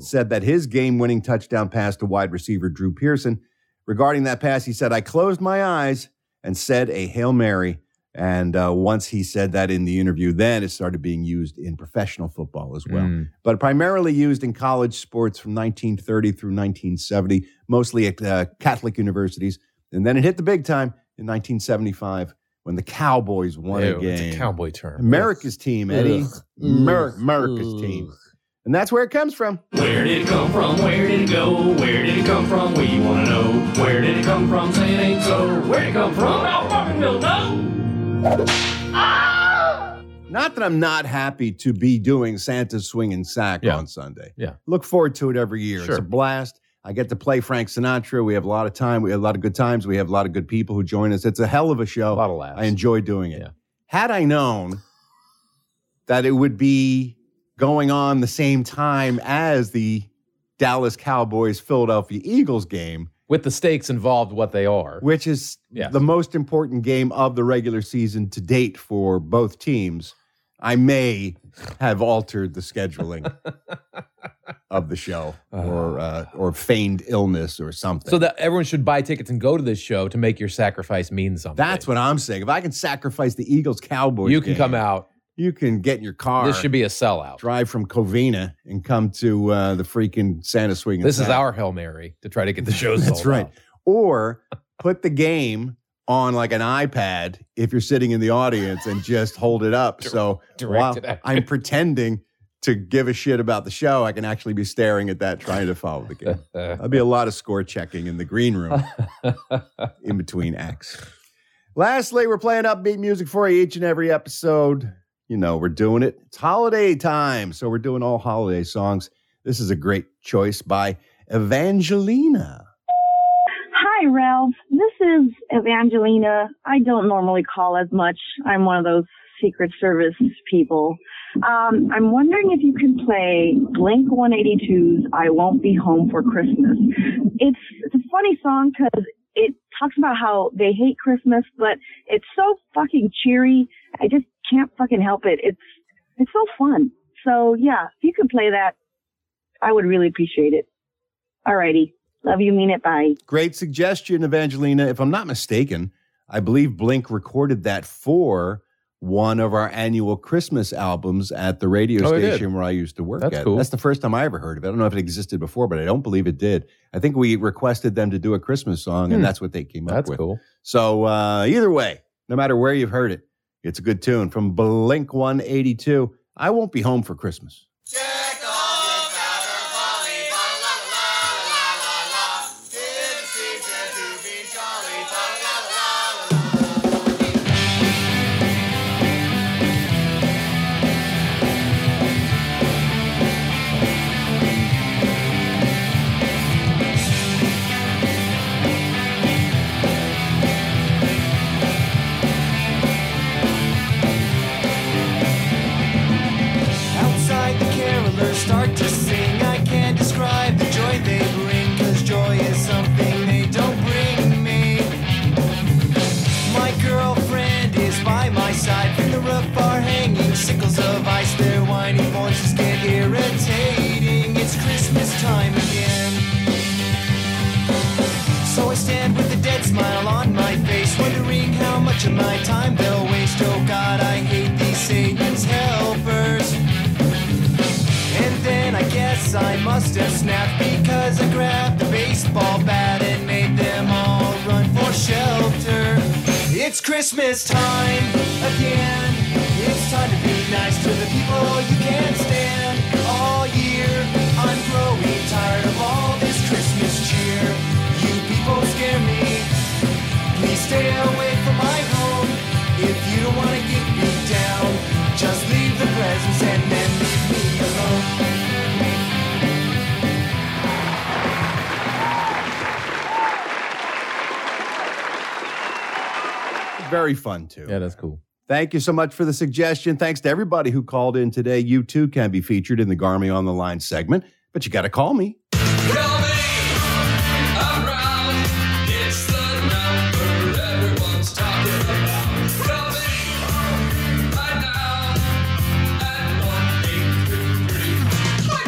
Speaker 1: said that his game-winning touchdown pass to wide receiver Drew Pearson. Regarding that pass, he said, "I closed my eyes and said a Hail Mary. And uh, once he said that in the interview, then it started being used in professional football as well,
Speaker 3: Mm.
Speaker 1: but primarily used in college sports from 1930 through 1970, mostly at uh, Catholic universities. And then it hit the big time in 1975 when the Cowboys won
Speaker 3: Ew,
Speaker 1: a game.
Speaker 3: It's a cowboy term.
Speaker 1: America's team, Eddie.
Speaker 3: Ugh.
Speaker 1: Mer- America's team. And that's where it comes from.
Speaker 12: Where did it come from? Where did it go? Where did it come from? We want to know. Where did it come from? Say it ain't so. Where did it come from? Ralph Martinville, no.
Speaker 1: Not that I'm not happy to be doing Santa's Swing and Sack
Speaker 3: Yeah.
Speaker 1: on Sunday.
Speaker 3: Yeah.
Speaker 1: Look forward to it every year. It's
Speaker 3: Sure.
Speaker 1: a blast. I get to play Frank Sinatra. We have a lot of time. We have a lot of good times. We have a lot of good people who join us. It's a hell of a
Speaker 3: A
Speaker 1: show.
Speaker 3: lot of laughs.
Speaker 1: I enjoy doing it.
Speaker 3: Yeah.
Speaker 1: Had I known that it would be going on the same time as the Dallas Cowboys Philadelphia Eagles game,
Speaker 3: With the stakes involved, what they are.
Speaker 1: which is
Speaker 3: Yes.
Speaker 1: the most important game of the regular season to date for both teams, I may have altered
Speaker 3: *laughs*
Speaker 1: the scheduling of the show or uh, or feigned illness or something.
Speaker 3: Uh-huh. So that everyone should buy tickets and go to this show to make your sacrifice mean something.
Speaker 1: that's what I'm saying. If I can sacrifice the Eagles Cowboys,
Speaker 3: you can
Speaker 1: game,
Speaker 3: come out.
Speaker 1: You can get in your car.
Speaker 3: This should be a sellout.
Speaker 1: *laughs* drive from Covina and come to uh, the freaking Santa Swing. and
Speaker 3: This is
Speaker 1: Sack.
Speaker 3: our hail mary to try to get the show.
Speaker 1: *laughs* That's
Speaker 3: sold
Speaker 1: right.
Speaker 3: out.
Speaker 1: Or put the game on like an iPad if you're sitting in the audience and just hold it up. So while
Speaker 3: directed at-
Speaker 1: I'm pretending to give a shit about the show, I can actually be staring at that trying to follow the game. That'll be a lot of score checking in the green room *laughs* in between acts. Lastly, we're playing upbeat music for you each and every episode. You know, we're doing it. It's holiday time, so we're doing all holiday songs. This is a great choice by Evangelina.
Speaker 13: Hi, Ralph. This is Evangelina. I don't normally call as much. I'm one of those Secret Service people. Um, I'm wondering if you can play Blink 182's I Won't Be Home for Christmas. It's, it's a funny song because it talks about how they hate Christmas, but it's so fucking cheery. I just can't fucking help it. It's, it's so fun. So yeah, if you could play that, I would really appreciate it. Alrighty. Love you, mean it. Bye.
Speaker 1: Great suggestion, Evangelina. If I'm not mistaken, I believe Blink recorded that for one of our annual Christmas albums at the radio
Speaker 3: Oh, they did.
Speaker 1: station where I used to work
Speaker 3: That's
Speaker 1: at.
Speaker 3: cool.
Speaker 1: That's the first time I ever heard of it. I don't know if it existed before, but I don't believe it did. I think we requested them to do a Christmas song,
Speaker 3: Hmm.
Speaker 1: and that's what they came up
Speaker 3: That's
Speaker 1: with.
Speaker 3: cool.
Speaker 1: So uh, either way, no matter where you've heard it, it's a good tune from Blink 182. I won't be home for Christmas.
Speaker 14: Outside, the carolers start to sing. I can't describe the joy they bring, cause joy is something they don't bring me. My girlfriend is by my side. From the roof are hanging sickles of ice. Their whiny voices get irritating. It's Christmas time again. So I stand with a dead smile on my face, wondering how much of my time they'll waste. Oh God, I hate these Satan's helpers. And then I guess I must have snapped because I grabbed the baseball bat and made them all run for shelter. It's Christmas time again. It's time to be nice to the people you can't stand. All year, I'm growing tired of all this Christmas cheer. You people scare me. Please stay away from my home. If you don't want to get me down, just leave the presents and then leave me alone.
Speaker 1: Very fun, too.
Speaker 3: Yeah, that's cool.
Speaker 1: Thank you so much for the suggestion. Thanks to everybody who called in today. You too can be featured in the Garmy on the Line segment, but you got to call me.
Speaker 12: It's the number everyone's talking about. Call me right now at one eight three three. Hi,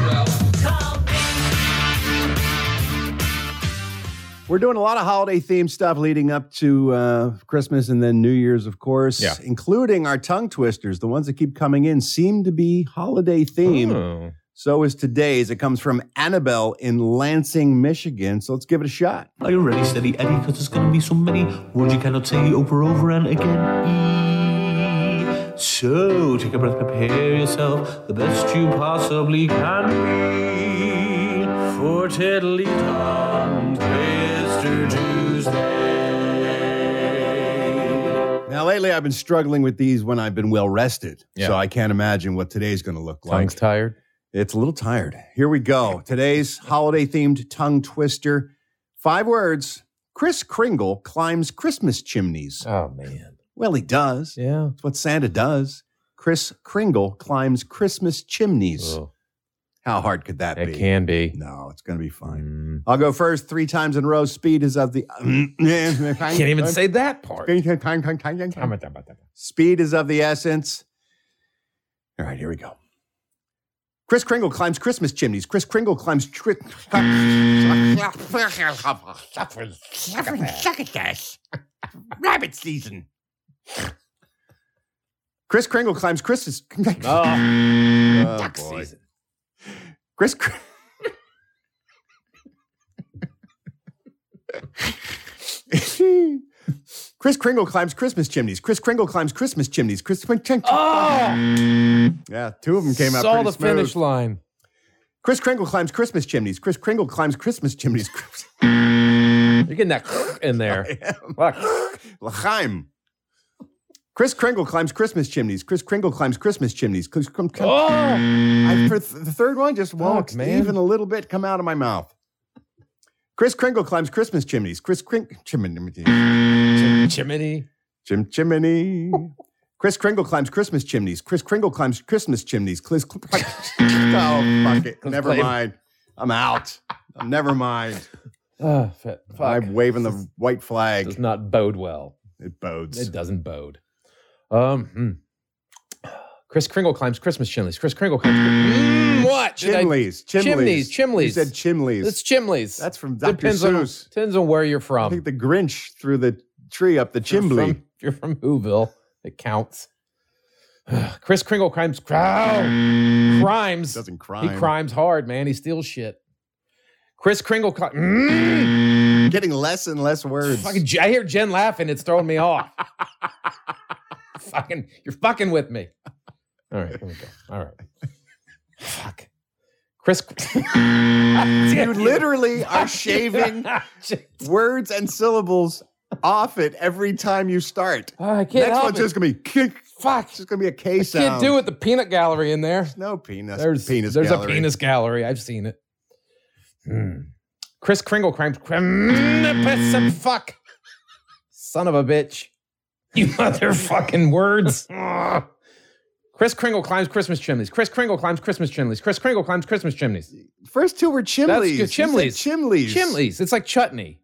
Speaker 12: Ralph.
Speaker 1: We're doing a lot of holiday themed stuff leading up to uh, Christmas and then New Year's, of course,
Speaker 3: Yeah.
Speaker 1: including our tongue twisters. The ones that keep coming in seem to be holiday themed.
Speaker 3: Oh.
Speaker 1: So is today's. It comes from Annabelle in Lansing, Michigan. So let's give it a shot.
Speaker 15: Are you ready, steady Eddie? Because there's going to be so many words you cannot say over, over, and again. So take a breath, prepare yourself the best you possibly can be for Tiddly Tom Twister Tuesday.
Speaker 1: Now, lately, I've been struggling with these when I've been well rested. So I can't imagine what today's going to look like.
Speaker 3: Tongue's tired.
Speaker 1: It's a little tired. Here we go. Today's holiday themed tongue twister. Five words. Chris Kringle climbs Christmas chimneys.
Speaker 3: Oh, man.
Speaker 1: Well, he does.
Speaker 3: Yeah.
Speaker 1: It's what Santa does. Chris Kringle climbs Christmas chimneys. How hard could that be?
Speaker 3: It can be. Mm.
Speaker 1: No, it's going to be fine. I'll go first three times in a row. Speed is
Speaker 3: *laughs*
Speaker 1: of the. *laughs* Can't
Speaker 3: Can't even say that part.
Speaker 1: Speed is of the essence. All right, here we go. Chris Kringle climbs Christmas chimneys. Chris Kringle climbs. Tri- *laughs*
Speaker 12: Rabbit season.
Speaker 1: Chris Kringle climbs Christmas. *laughs* Oh.
Speaker 12: Duck
Speaker 1: boy.
Speaker 12: season.
Speaker 1: Chris. Kr- Chris Kringle climbs Christmas chimneys. Chris Kringle climbs Christmas chimneys. Chris.
Speaker 3: Oh!
Speaker 1: Yeah, two of them came out.
Speaker 3: Saw
Speaker 1: pretty
Speaker 3: the finish
Speaker 1: smooth.
Speaker 3: line.
Speaker 1: Chris Kringle climbs Christmas chimneys. Chris Kringle climbs
Speaker 3: *laughs*
Speaker 1: Christmas chimneys. Chris- *laughs*
Speaker 3: You're getting that in there.
Speaker 1: Lachaim. Chris Kringle climbs Christmas chimneys. Chris Kringle climbs Christmas chimneys. Chris Krim- Krim-
Speaker 3: Oh!
Speaker 1: I, for th- the third one just won't
Speaker 3: Fuck, man.
Speaker 1: even a little bit come out of my mouth. Chris Kringle climbs Christmas chimneys. Chris Kringle chimney
Speaker 3: Chimney.
Speaker 1: chim chimney. Chris Kringle climbs Christmas chimneys. Chris Kringle climbs Christmas chimneys. Chris, *laughs* cl- oh fuck it,
Speaker 3: Let's
Speaker 1: never
Speaker 3: play.
Speaker 1: mind. I'm out. never mind.
Speaker 3: Ah, fa- fuck.
Speaker 1: I'm waving the white flag.
Speaker 3: does not bode well.
Speaker 1: It bodes.
Speaker 3: It doesn't bode. Um, hmm. Chris Kringle climbs Christmas chimneys. Chris Kringle climbs. Mm, what? Did I-
Speaker 1: Chimleys, chimleys,
Speaker 3: Chimneys, chimneys.
Speaker 1: You said chimleys.
Speaker 3: It's chimneys.
Speaker 1: That's from Dr.
Speaker 3: Depends on,
Speaker 1: Seuss.
Speaker 3: depends on where you're
Speaker 1: I
Speaker 3: from.
Speaker 1: think the Grinch threw the tree up the chimney.
Speaker 3: If you're from Whoville, it counts. *sighs* Chris Kringle crimes
Speaker 1: Mm.
Speaker 3: crow, crimes.
Speaker 1: Doesn't
Speaker 3: He
Speaker 1: crime.
Speaker 3: crimes hard, man. He steals shit. Chris Kringle. Cri-
Speaker 1: *laughs* Getting less and less words.
Speaker 3: Fucking, I hear Jen laughing. It's throwing me
Speaker 1: *laughs*
Speaker 3: off. fucking, you're fucking with me. All right, here we go. All right. Fuck. Chris.
Speaker 1: *laughs* you literally
Speaker 3: *laughs*
Speaker 1: are shaving words and syllables off it every time you start.
Speaker 3: I can't
Speaker 1: Next
Speaker 3: help
Speaker 1: one's
Speaker 3: it.
Speaker 1: just gonna be kick.
Speaker 3: Fuck.
Speaker 1: *laughs* It's just gonna be a K sound.
Speaker 3: Can't do it. The peanut gallery in there.
Speaker 1: No penis.
Speaker 3: There's
Speaker 1: penis.
Speaker 3: There's
Speaker 1: gallery.
Speaker 3: a penis gallery. I've seen it. Hmm. Chris Kringle crimes. Mm, Some fuck. Son of a bitch. *laughs* You motherfucking words. Ugh. Chris Kringle climbs Christmas chimneys. Chris Kringle climbs Christmas chimneys. Chris Kringle climbs Christmas chimneys.
Speaker 1: First two were chimneys.
Speaker 3: That's good.
Speaker 1: You said
Speaker 3: Chimneys.
Speaker 1: Chimneys.
Speaker 3: Chimneys. It's like chutney.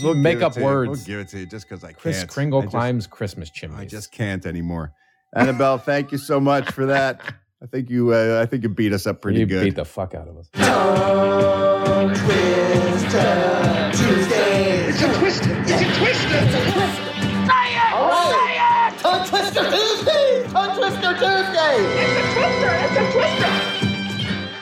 Speaker 3: You
Speaker 1: We'll
Speaker 3: make
Speaker 1: give it
Speaker 3: up
Speaker 1: to you.
Speaker 3: words.
Speaker 1: We'll give it to you just because I
Speaker 3: Chris
Speaker 1: can't.
Speaker 3: Kringle
Speaker 1: I just-
Speaker 3: climbs Christmas chimneys.
Speaker 1: I just can't anymore. Annabelle, thank you so much for
Speaker 3: *laughs*
Speaker 1: that. I think you. Uh, I think you beat us up pretty
Speaker 3: you
Speaker 1: good.
Speaker 3: beat the fuck out of us.
Speaker 14: Tongue Twister Tuesday. It's a twist. It's a twist. It's a twist. Say it. All right. Say it. Tongue Oh. Twister Tuesday. Tongue Twister Tuesday. It's a twister. It's a twister.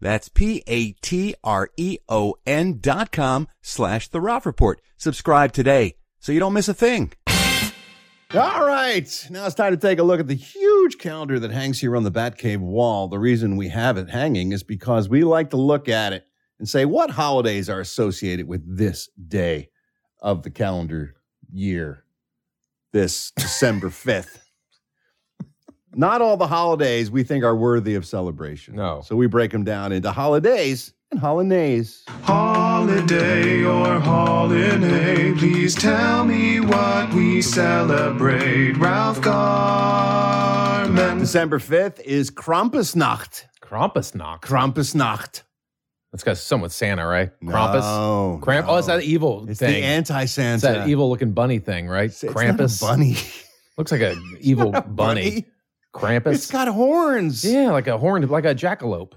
Speaker 2: That's P-A-T-R-E-O-N E dot com slash the Ralph Report. Subscribe today so you don't miss a thing.
Speaker 1: All right. Now it's time to take a look at the huge calendar that hangs here on the Batcave wall. The reason we have it hanging is because we like to look at it and say what holidays are associated with this day of the calendar year, this December 5th. Not all the holidays we think are worthy of celebration.
Speaker 3: No.
Speaker 1: So we break them down into holidays and holidays.
Speaker 6: Holiday or holiday, please tell me what we celebrate. Ralph Garman.
Speaker 1: December 5th is Krampusnacht.
Speaker 3: Krampusnacht.
Speaker 1: Krampusnacht.
Speaker 3: That's got something with Santa, right? Krampus.
Speaker 1: No,
Speaker 3: Kramp-
Speaker 1: no.
Speaker 3: Oh, it's that evil
Speaker 1: It's
Speaker 3: thing.
Speaker 1: the anti
Speaker 3: It's
Speaker 1: Santa.
Speaker 3: that evil looking bunny thing, right? Krampus.
Speaker 1: bunny.
Speaker 3: Looks
Speaker 1: *laughs*
Speaker 3: like an evil bunny. Krampus.
Speaker 1: It's got horns.
Speaker 3: yeah, like a horned, like a jackalope.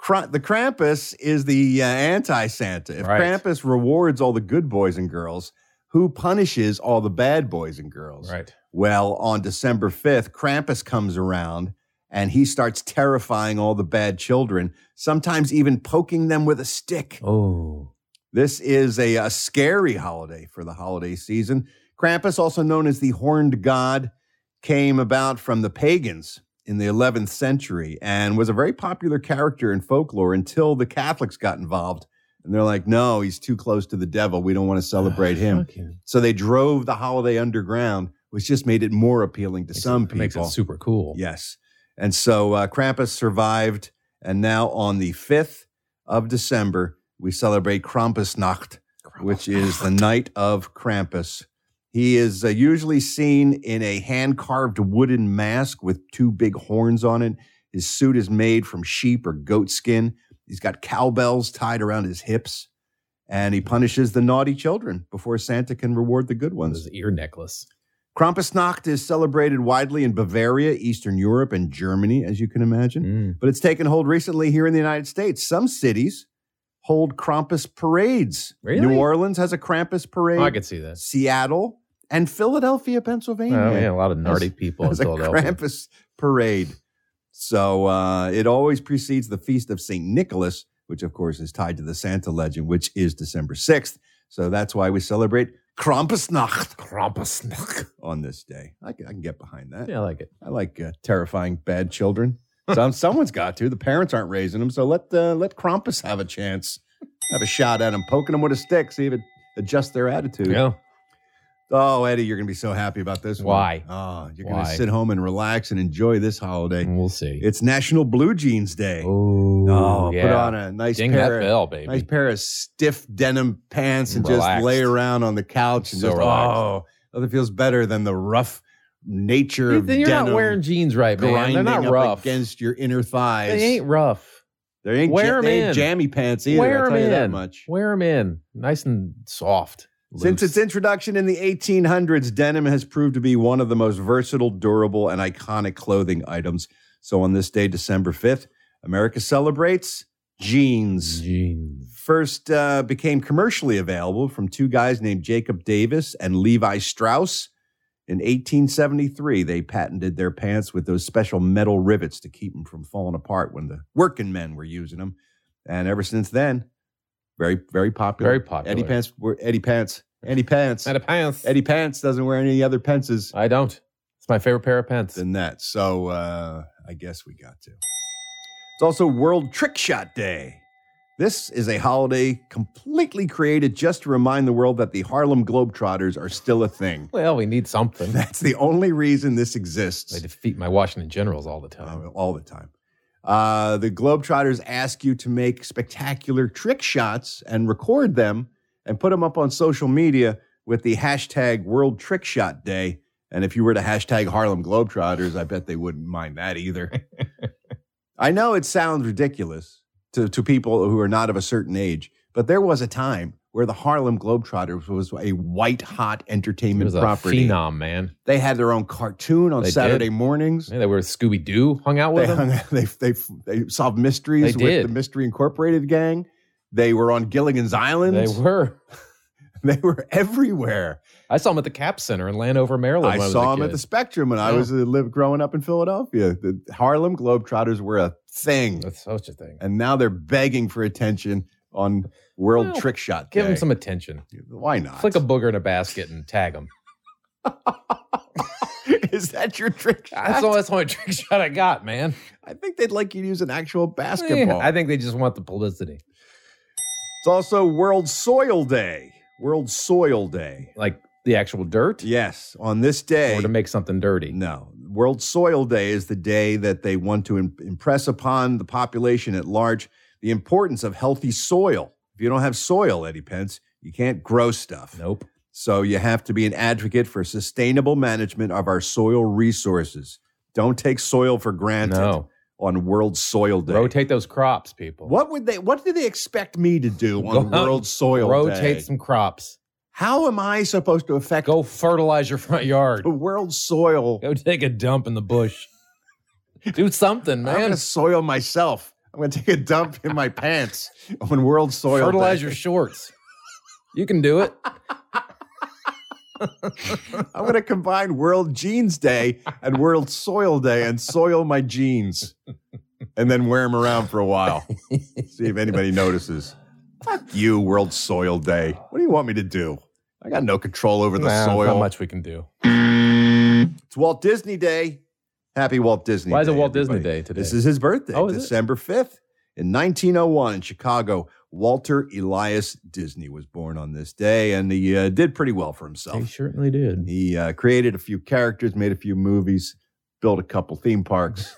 Speaker 1: Kra- the Krampus is the uh, anti Santa. If
Speaker 3: Right.
Speaker 1: Krampus rewards all the good boys and girls, who punishes all the bad boys and girls?
Speaker 3: Right.
Speaker 1: Well, on December 5th, Krampus comes around and he starts terrifying all the bad children, sometimes even poking them with a stick.
Speaker 3: Oh.
Speaker 1: This is a, a scary holiday for the holiday season. Krampus, also known as the Horned God, came about from the pagans in the 11th century and was a very popular character in folklore until the Catholics got involved. And they're like, no, he's too close to the devil. We don't want to celebrate
Speaker 3: *laughs*
Speaker 1: him. So they drove the holiday underground, which just made it more appealing to some people.
Speaker 3: Makes it super cool.
Speaker 1: Yes. And so uh, Krampus survived. And now on the 5th of December, we celebrate Krampusnacht, which is the night of Krampus. He is uh, usually seen in a hand carved wooden mask with two big horns on it. His suit is made from sheep or goat skin. He's got cowbells tied around his hips. And he punishes the naughty children before Santa can reward the good ones.
Speaker 3: This ear necklace.
Speaker 1: Krampusnacht is celebrated widely in Bavaria, Eastern Europe, and Germany, as you can imagine.
Speaker 3: Mm.
Speaker 1: But it's taken hold recently here in the United States. Some cities hold Krampus parades.
Speaker 3: Really?
Speaker 1: New Orleans has a Krampus parade.
Speaker 3: Oh, I could see this.
Speaker 1: Seattle and Philadelphia, Pennsylvania.
Speaker 3: Oh, yeah, a lot of nerdy people in
Speaker 1: There's a
Speaker 3: Philadelphia.
Speaker 1: Krampus parade. So uh, it always precedes the feast of St. Nicholas, which of course is tied to the Santa legend, which is December 6th. So that's why we celebrate Krampusnacht. Krampusnacht. On this day. I can, I can get behind that.
Speaker 3: Yeah, I like it.
Speaker 1: I like uh, terrifying bad children. Some, someone's got to. The parents aren't raising them. So let, uh, let Krampus have a chance. Have a shot at him, poking them with a stick, see if it adjusts their attitude.
Speaker 3: Yeah.
Speaker 1: Oh, Eddie, you're going to be so happy about this one.
Speaker 3: Why?
Speaker 1: Oh, you're going to
Speaker 3: Why?
Speaker 1: sit home and relax and enjoy this holiday.
Speaker 3: We'll see.
Speaker 1: It's National Blue Jeans Day.
Speaker 3: Ooh,
Speaker 1: oh, put
Speaker 3: yeah.
Speaker 1: on a nice
Speaker 3: Ding
Speaker 1: pair,
Speaker 3: that
Speaker 1: of-
Speaker 3: bell, baby.
Speaker 1: nice pair of stiff denim pants, and just
Speaker 3: Relaxed.
Speaker 1: lay around on the couch and
Speaker 3: So
Speaker 1: just
Speaker 3: relaxed.
Speaker 1: oh, nothing feels better than the rough nature
Speaker 3: You're,
Speaker 1: of
Speaker 3: you're
Speaker 1: denim.
Speaker 3: not wearing jeans right, man. They're
Speaker 1: grinding
Speaker 3: not
Speaker 1: up
Speaker 3: rough.
Speaker 1: against your inner thighs.
Speaker 3: They ain't rough.
Speaker 1: There ain't
Speaker 3: Wear
Speaker 1: ja-
Speaker 3: 'em
Speaker 1: they ain't
Speaker 3: in.
Speaker 1: jammy pants either.
Speaker 3: Wear
Speaker 1: I'll
Speaker 3: 'em
Speaker 1: tell you that
Speaker 3: in.
Speaker 1: much.
Speaker 3: Wear them in, nice and soft.
Speaker 1: Since its introduction in the 1800s, denim has proved to be one of the most versatile, durable, and iconic clothing items. So on this day, December 5th, America celebrates jeans.
Speaker 3: Jeans.
Speaker 1: First uh, became commercially available from two guys named Jacob Davis and Levi Strauss. In 1873, they patented their pants with those special metal rivets to keep them from falling apart when the working men were using them. And ever since then, very, very popular.
Speaker 3: Very popular.
Speaker 1: Eddie Pants, were- Eddie Pants, Eddie Pants,
Speaker 3: Not a pants.
Speaker 1: Eddie Pants doesn't wear any other pences
Speaker 3: I don't. It's my favorite pair of pants.
Speaker 1: than that. So uh, I guess we got to. It's also World Trick Shot Day. This is a holiday completely created just to remind the world that the Harlem Globetrotters are still a thing. *laughs*
Speaker 3: Well, we need something.
Speaker 1: That's the only reason this exists.
Speaker 3: They defeat my Washington Generals all the time.
Speaker 1: Uh, all the time. Uh, the Globetrotters ask you to make spectacular trick shots and record them and put them up on social media with the hashtag World Trick Shot Day. And if you were to hashtag Harlem Globetrotters, I bet they wouldn't mind
Speaker 3: *laughs*
Speaker 1: that either. I know it sounds ridiculous to, to people who are not of a certain age, but there was a time where the Harlem Globetrotters was a white hot
Speaker 3: It
Speaker 1: entertainment
Speaker 3: was a
Speaker 1: property.
Speaker 3: phenom, man.
Speaker 1: They had their own cartoon on
Speaker 3: They did.
Speaker 1: Saturday mornings.
Speaker 3: Yeah, they were Scooby Doo, hung out
Speaker 1: They,
Speaker 3: with them.
Speaker 1: hung, *laughs* they, they, they solved mysteries
Speaker 3: They
Speaker 1: with the
Speaker 3: did.
Speaker 1: Mystery Incorporated gang. They were on Gilligan's Island.
Speaker 3: They were.
Speaker 1: *laughs* They were everywhere.
Speaker 3: I saw them at the Cap Center in Landover, Maryland.
Speaker 1: I
Speaker 3: when was
Speaker 1: saw
Speaker 3: a
Speaker 1: them at
Speaker 3: kid.
Speaker 1: the Spectrum when I
Speaker 3: Yeah.
Speaker 1: was uh, live, growing up in Philadelphia. The Harlem Globetrotters were a thing,
Speaker 3: That's such a thing.
Speaker 1: and now they're begging for attention on World
Speaker 3: Well,
Speaker 1: Trick Shot
Speaker 3: Give
Speaker 1: Day.
Speaker 3: them some attention.
Speaker 1: Why not?
Speaker 3: Flick a *laughs* booger in a basket and tag them.
Speaker 1: *laughs* Is that your trick shot?
Speaker 3: That's all. That's the only *laughs* trick shot I got, man.
Speaker 1: I think they'd like you to use an actual
Speaker 3: Yeah,
Speaker 1: basketball.
Speaker 3: I think they just want the publicity,
Speaker 1: it's also World Soil Day. World Soil Day.
Speaker 3: like the actual dirt,
Speaker 1: Yes, on this day.
Speaker 3: or to make something dirty.
Speaker 1: No. World Soil Day is the day that they want to im- impress upon the population at large the importance of healthy soil. If you don't have soil, Eddie Pence, you can't grow stuff.
Speaker 3: Nope.
Speaker 1: So you have to be an advocate for sustainable management of our soil resources. Don't take soil for granted
Speaker 3: No.
Speaker 1: on World Soil Day.
Speaker 3: Rotate those crops, people.
Speaker 1: what would they what do they expect me to do
Speaker 3: Go
Speaker 1: on
Speaker 3: out
Speaker 1: World
Speaker 3: and
Speaker 1: Soil
Speaker 3: Rotate
Speaker 1: Day?
Speaker 3: some crops.
Speaker 1: How am I supposed to affect
Speaker 3: Go fertilize your front yard.
Speaker 1: the world soil?
Speaker 3: Go take a dump in the bush. Do something,
Speaker 1: I'm
Speaker 3: man.
Speaker 1: gonna soil myself. I'm gonna take a dump in my pants on World Soil
Speaker 3: Fertilize
Speaker 1: Day.
Speaker 3: your shorts. You can do it.
Speaker 1: I'm gonna combine World Jeans Day and World Soil Day and soil my jeans, and then wear them around for a while. See if anybody notices. Fuck you, World Soil Day. What do you want me to do? I got no control over the
Speaker 3: Nah, there's
Speaker 1: soil.
Speaker 3: Not much we can do.
Speaker 1: It's Walt Disney Day. Happy Walt Disney
Speaker 3: Why
Speaker 1: Day.
Speaker 3: is it Walt Disney
Speaker 1: everybody.
Speaker 3: Day today?
Speaker 1: This is his birthday,
Speaker 3: Oh, is it?
Speaker 1: December 5th. In 1901 in Chicago, Walter Elias Disney was born on this day, and he uh, did pretty well for
Speaker 3: They
Speaker 1: himself.
Speaker 3: certainly did.
Speaker 1: He uh, created a few characters, made a few movies, built a couple theme
Speaker 3: *laughs*
Speaker 1: parks.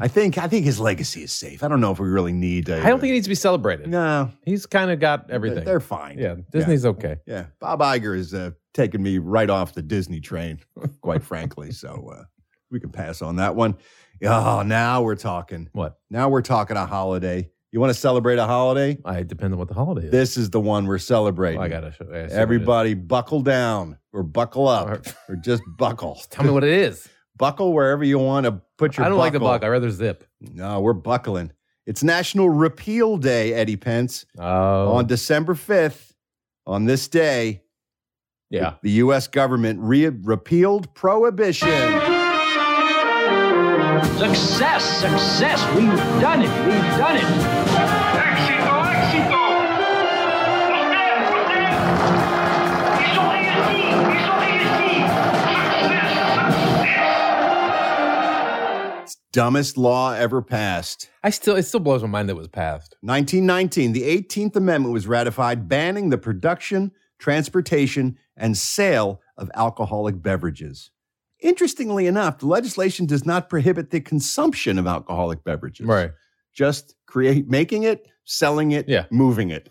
Speaker 1: I think I think his legacy is safe. I don't know if we really need. I
Speaker 3: I don't think it needs to be celebrated.
Speaker 1: no
Speaker 3: He's kind of got everything.
Speaker 1: They're fine.
Speaker 3: yeah, Disney's okay.
Speaker 1: Yeah, Bob Iger is uh, taking me right off the Disney train, quite frankly. So uh, we can pass on that one. Oh, now we're talking.
Speaker 3: What?
Speaker 1: Now we're talking a holiday. You want to celebrate a holiday?
Speaker 3: I it depends on what the holiday is. Oh,
Speaker 1: This is the one we're celebrating.
Speaker 3: I gotta show I assume it is.
Speaker 1: Everybody, buckle down or buckle
Speaker 3: All
Speaker 1: up
Speaker 3: right.
Speaker 1: or just buckle.
Speaker 3: Tell me what it is.
Speaker 1: buckle wherever you want to put your.
Speaker 3: I don't like the
Speaker 1: buckle.
Speaker 3: buck. I rather zip.
Speaker 1: No, we're buckling. It's National Repeal Day, Eddie Pence,
Speaker 3: Oh,
Speaker 1: on December fifth. On this day,
Speaker 3: Yeah.
Speaker 1: The U.S. government re- repealed prohibition.
Speaker 12: Success, success. We've done it. We've done it.
Speaker 1: dumbest law ever passed.
Speaker 3: I still it still blows my mind that it was passed.
Speaker 1: 1919, the 18th Amendment was ratified banning the production, transportation, and sale of alcoholic beverages. Interestingly enough, the legislation does not prohibit the consumption of alcoholic beverages.
Speaker 3: Right.
Speaker 1: Just create making it, selling it,
Speaker 3: Yeah.
Speaker 1: moving it.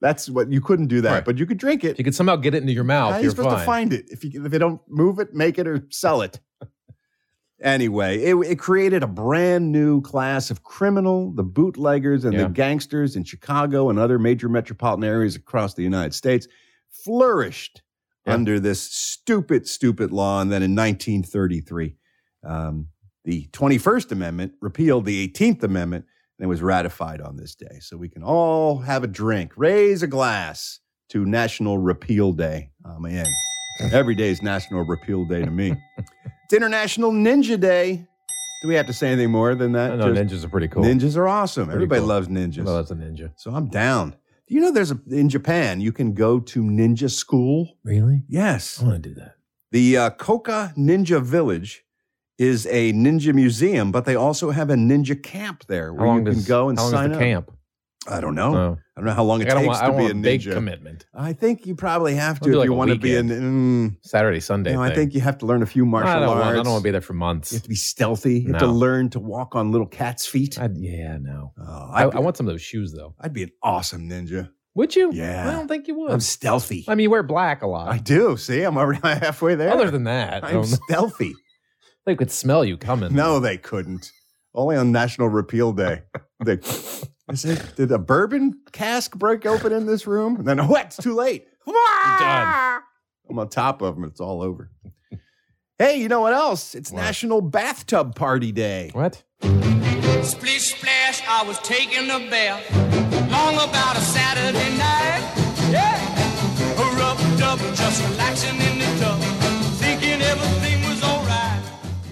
Speaker 1: That's what you couldn't do that,
Speaker 3: Right.
Speaker 1: but you could drink it.
Speaker 3: You could somehow get it into your mouth.
Speaker 1: How are you
Speaker 3: you're
Speaker 1: supposed
Speaker 3: fine.
Speaker 1: to find it if you if they don't move it, make it, or sell it? *laughs* anyway, it, it created a brand new class of criminal, the bootleggers and
Speaker 3: Yeah.
Speaker 1: the gangsters in Chicago and other major metropolitan areas across the United States flourished
Speaker 3: Yeah.
Speaker 1: under this stupid, stupid law. And then in 1933, um, the 21st Amendment repealed the 18th Amendment and it was ratified on this day. So we can all have a drink, raise a glass to National Repeal Day. Oh, man. Every day is National Repeal Day
Speaker 3: *laughs*
Speaker 1: to me. it's International Ninja Day. Do we have to say anything more than that?
Speaker 3: I know
Speaker 1: Just-
Speaker 3: ninjas are pretty cool.
Speaker 1: Ninjas are awesome.
Speaker 3: Pretty
Speaker 1: Everybody
Speaker 3: cool.
Speaker 1: loves ninjas.
Speaker 3: Well, that's a ninja.
Speaker 1: So I'm down. Do you know there's a in Japan you can go to ninja school?
Speaker 3: Really?
Speaker 1: Yes.
Speaker 3: I want to do that.
Speaker 1: The uh, Koka Ninja Village is a ninja museum, but they also have a ninja camp there where
Speaker 3: How long
Speaker 1: you can
Speaker 3: does-
Speaker 1: go and
Speaker 3: how long is
Speaker 1: sign
Speaker 3: the
Speaker 1: up.
Speaker 3: camp?
Speaker 1: I don't know.
Speaker 3: Oh.
Speaker 1: I don't know how long it
Speaker 3: Like, I don't
Speaker 1: takes
Speaker 3: want, I
Speaker 1: to
Speaker 3: don't
Speaker 1: be a
Speaker 3: want big
Speaker 1: ninja.
Speaker 3: commitment.
Speaker 1: I think you probably have
Speaker 3: I'll do
Speaker 1: to if
Speaker 3: like
Speaker 1: you
Speaker 3: a
Speaker 1: want to be a.
Speaker 3: weekend.
Speaker 1: Mm,
Speaker 3: Saturday, Sunday.
Speaker 1: you know, I
Speaker 3: thing.
Speaker 1: think you have to learn a few martial
Speaker 3: I don't
Speaker 1: arts.
Speaker 3: Want, I don't want to be there for months.
Speaker 1: You have to be stealthy. You have to
Speaker 3: No.
Speaker 1: learn to walk on little cat's feet.
Speaker 3: I, yeah, no.
Speaker 1: Oh,
Speaker 3: I,
Speaker 1: I'd,
Speaker 3: I
Speaker 1: be,
Speaker 3: want some of those shoes though.
Speaker 1: I'd be an awesome ninja.
Speaker 3: Would you?
Speaker 1: Yeah.
Speaker 3: I don't think you would.
Speaker 1: I'm stealthy.
Speaker 3: I mean, you wear black a lot.
Speaker 1: I do. See, I'm already *laughs* halfway there.
Speaker 3: Other than that, I
Speaker 1: I'm
Speaker 3: don't know.
Speaker 1: stealthy.
Speaker 3: They could smell you coming.
Speaker 1: No, they couldn't. Only on National Repeal Day.
Speaker 3: *laughs*
Speaker 1: They, is it, did a bourbon cask break open in this room? And then, oh, it's
Speaker 3: *laughs*
Speaker 1: too late.
Speaker 3: You're
Speaker 1: Ah.
Speaker 3: done.
Speaker 1: I'm on top of them. It's all over. Hey, you know what else? It's National Bathtub Party Day.
Speaker 3: What?
Speaker 14: Splish splash, I was taking a bath. Long about a Saturday night. Yeah. Rubbed up, just relaxing in the tub. Thinking everything was alright.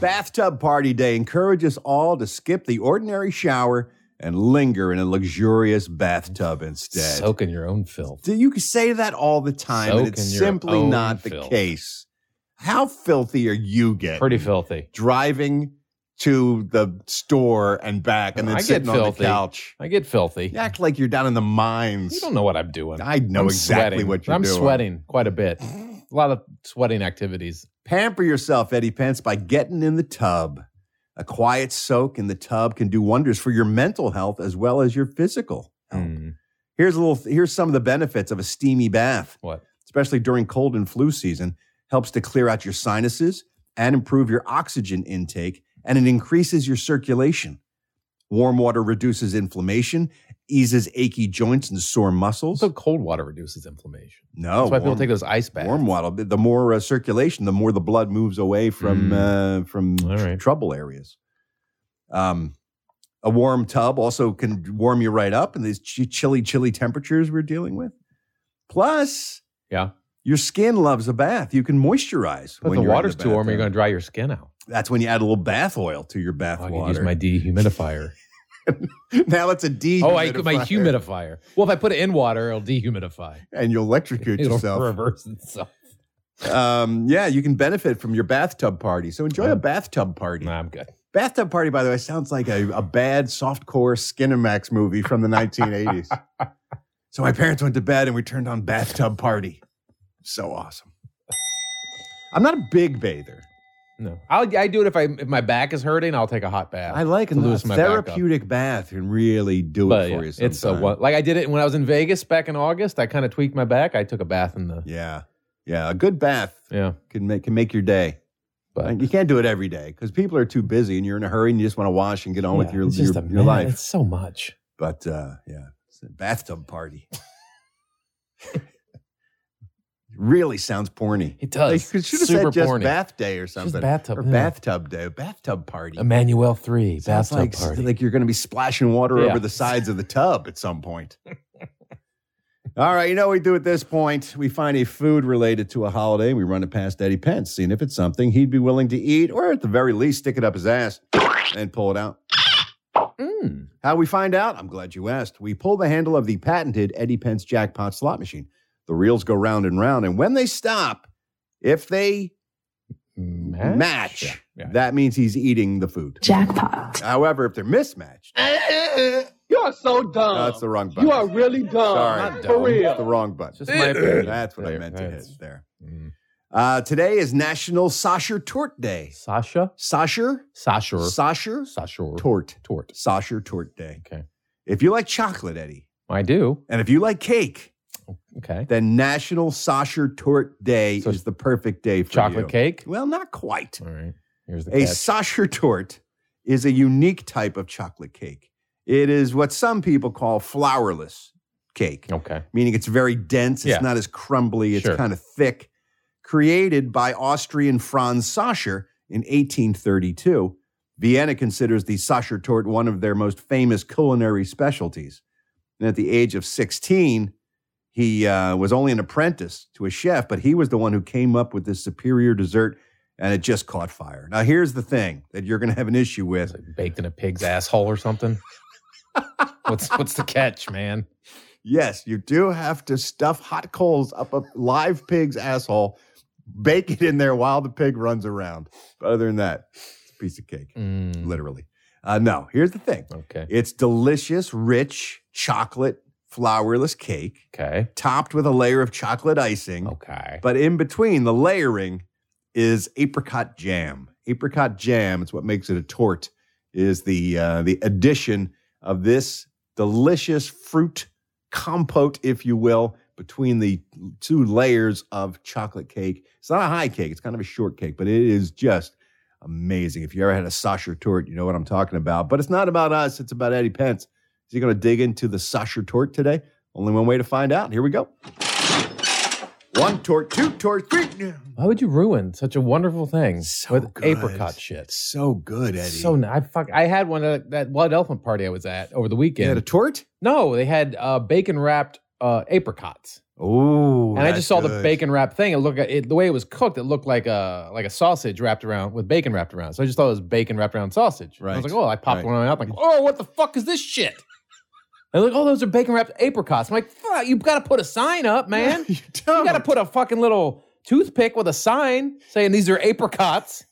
Speaker 1: Bathtub Party Day encourages all to skip the ordinary shower and linger in a luxurious bathtub instead.
Speaker 3: Soak in your own filth.
Speaker 1: Do- You can say that all the time, and
Speaker 3: Soak
Speaker 1: it's
Speaker 3: in your
Speaker 1: simply
Speaker 3: own
Speaker 1: not the
Speaker 3: filth.
Speaker 1: case. How filthy are you getting?
Speaker 3: Pretty filthy.
Speaker 1: Driving to the store and back, and then
Speaker 3: I get
Speaker 1: sitting on
Speaker 3: filthy.
Speaker 1: the couch.
Speaker 3: I get filthy.
Speaker 1: You act like you're down in the mines.
Speaker 3: You don't know what I'm doing.
Speaker 1: I know
Speaker 3: I'm
Speaker 1: exactly
Speaker 3: sweating.
Speaker 1: what you're
Speaker 3: I'm
Speaker 1: doing.
Speaker 3: sweating quite a
Speaker 1: *laughs*
Speaker 3: bit. A lot of sweating activities.
Speaker 1: Pamper yourself, Eddie Pence, by getting in the tub. A quiet soak in the tub can do wonders for your mental health as well as your physical. Hmm.
Speaker 3: Mm.
Speaker 1: Here's a little. Here's some of the benefits of a steamy bath.
Speaker 3: What?
Speaker 1: especially during cold and flu season, helps to clear out your sinuses and improve your oxygen intake, and it increases your circulation. Warm water reduces inflammation, eases achy joints and sore muscles.
Speaker 3: Also, cold water reduces inflammation.
Speaker 1: no,
Speaker 3: That's why people
Speaker 1: Oh, warm,
Speaker 3: take those ice baths.
Speaker 1: warm water. The- The more uh, circulation, the more the blood moves away from uh, from
Speaker 3: Hmm. All
Speaker 1: tr-
Speaker 3: right.
Speaker 1: trouble areas. Um, a warm tub also can warm you right up in these ch- chilly, chilly temperatures we're dealing with. Plus,
Speaker 3: Yeah.
Speaker 1: your skin loves a bath. You can moisturize
Speaker 3: But
Speaker 1: when
Speaker 3: the
Speaker 1: you're in
Speaker 3: water's too warm, you're going
Speaker 1: bathtub.
Speaker 3: to dry your skin out.
Speaker 1: That's when you add a little bath oil to your bath
Speaker 3: Oh, I could use
Speaker 1: water.
Speaker 3: my dehumidifier.
Speaker 1: *laughs* now it's a dehumidifier.
Speaker 3: oh, I, my humidifier. Well, if I put it in water, it'll dehumidify.
Speaker 1: and you'll electrocute
Speaker 3: *laughs* It'll
Speaker 1: yourself.
Speaker 3: reverse itself. *laughs*
Speaker 1: Um, yeah, you can benefit from your bathtub party. So enjoy a bathtub party.
Speaker 3: Nah, I'm good.
Speaker 1: Bathtub party, by the way, sounds like a, a bad softcore Skinemax movie from
Speaker 3: *laughs*
Speaker 1: the 1980s. so my parents went to bed and we turned on bathtub party. So awesome. I'm not a big bather.
Speaker 3: No, I'll, I do it if I if my back is hurting. I'll take a hot bath.
Speaker 1: I like a
Speaker 3: To
Speaker 1: little
Speaker 3: loosen my back up.
Speaker 1: therapeutic bath and really do it
Speaker 3: But
Speaker 1: for
Speaker 3: yeah,
Speaker 1: you.
Speaker 3: it's so
Speaker 1: sometime.
Speaker 3: what like I did it when I was in Vegas back in August. I kind of tweaked my back. I took a bath in the
Speaker 1: Yeah, yeah. A good bath
Speaker 3: yeah.
Speaker 1: can make can make your day.
Speaker 3: But
Speaker 1: Like, you can't do it every day because people are too busy and you're in a hurry and you just want to wash and get on with
Speaker 3: Yeah,
Speaker 1: your
Speaker 3: it's just
Speaker 1: your,
Speaker 3: a
Speaker 1: your
Speaker 3: man-
Speaker 1: life.
Speaker 3: It's so much.
Speaker 1: But uh, yeah, it's a bathtub party. *laughs* really sounds porny.
Speaker 3: It
Speaker 1: They
Speaker 3: does.
Speaker 1: should have
Speaker 3: Super
Speaker 1: said just
Speaker 3: porny.
Speaker 1: bath day or something.
Speaker 3: bathtub,
Speaker 1: or
Speaker 3: yeah.
Speaker 1: bathtub day, bathtub party.
Speaker 3: Emmanuel three
Speaker 1: Sounds
Speaker 3: bathtub
Speaker 1: like,
Speaker 3: party.
Speaker 1: like you're going to be splashing water
Speaker 3: Yeah.
Speaker 1: over the sides of the tub at some point. *laughs* All right, you know what we do at this point? We find a food related to a holiday. We run it past Eddie Pence, seeing if it's something he'd be willing to eat, or at the very least, stick it up his ass and pull it out. How we find out? I'm glad you asked. We pull the handle of the patented Eddie Pence jackpot slot machine. The reels go round and round, and when they stop, if they match, that means he's eating the food. Jackpot. However, if they're mismatched,
Speaker 16: You're so dumb.
Speaker 1: no, that's the wrong button.
Speaker 16: you are really dumb.
Speaker 1: Sorry,
Speaker 16: For real.
Speaker 1: It's the wrong button.
Speaker 16: just my opinion.
Speaker 1: *clears throat* That's what I meant to hit there.
Speaker 3: Mm.
Speaker 1: Uh, today is National Sasher Tort Day.
Speaker 3: Sasha?
Speaker 1: Sasher?
Speaker 3: Sasher.
Speaker 1: Sasher?
Speaker 3: Sasher.
Speaker 1: Tort.
Speaker 3: Tort.
Speaker 1: Sasher Tort Day.
Speaker 3: Okay.
Speaker 1: If you like chocolate, Eddie.
Speaker 3: I do.
Speaker 1: And if you like cake.
Speaker 3: Okay.
Speaker 1: Then National Sasher Tort Day is the perfect day for
Speaker 3: Chocolate
Speaker 1: you.
Speaker 3: cake?
Speaker 1: Well, not quite.
Speaker 3: All right. Here's the
Speaker 1: A
Speaker 3: catch.
Speaker 1: Sasher Tort is a unique type of chocolate cake. It is what some people call flourless cake.
Speaker 3: Okay.
Speaker 1: meaning it's very dense. It's
Speaker 3: Yeah.
Speaker 1: not as crumbly. It's
Speaker 3: Sure.
Speaker 1: kind of thick. Created by Austrian Franz Sacher in 1832, Vienna considers the Sacher tort one of their most famous culinary specialties. And at the age of 16, he uh, was only an apprentice to a chef, but he was the one who came up with this superior dessert, and it just caught fire. Now, here's the thing that you're going to have an issue with:
Speaker 3: baked in a pig's asshole or
Speaker 1: *laughs*
Speaker 3: something. what's what's the catch, man?
Speaker 1: Yes, you do have to stuff hot coals up a live pig's asshole, bake it in there while the pig runs around. But other than that, it's a piece of cake,
Speaker 3: Mm.
Speaker 1: literally. Uh, no, here's the thing.
Speaker 3: Okay.
Speaker 1: It's delicious, rich chocolate flourless cake.
Speaker 3: Okay.
Speaker 1: Topped with a layer of chocolate icing.
Speaker 3: Okay.
Speaker 1: But in between the layering is apricot jam. Apricot jam is what makes it a tort. Is the uh, the addition of this delicious fruit compote, if you will, between the two layers of chocolate cake. It's not a high cake; it's kind of a short cake, but it is just amazing. If you ever had a Sacher tort, you know what I'm talking about. But it's not about us; it's about Eddie Pence. Is he going to dig into the Sacher tort today? Only one way to find out. Here we go. One tort, two tort, three.
Speaker 3: Why would you ruin such a wonderful thing with apricot shit?
Speaker 1: So good, Eddie.
Speaker 3: So ni- I fuck. I had one at that wild elephant party I was at over the weekend.
Speaker 1: had a tort?
Speaker 3: No, they had uh, bacon wrapped uh, apricots,
Speaker 1: Oh,
Speaker 3: and I just saw the
Speaker 1: *laughs*
Speaker 3: bacon wrapped thing. It looked like- it, the way it was cooked. It looked like a like a sausage wrapped around with bacon wrapped around. So I just thought it was bacon wrapped around sausage. And I was
Speaker 1: Right.
Speaker 3: like, oh, I popped
Speaker 1: Right.
Speaker 3: one out. I'm like, oh, what the fuck is this shit? And they're like, oh, those are bacon wrapped apricots. I'm like, fuck, you've got to put a sign up,
Speaker 1: *laughs*
Speaker 3: man.
Speaker 1: you
Speaker 3: got to put a fucking little toothpick with a sign saying these are
Speaker 1: *laughs*
Speaker 3: apricots.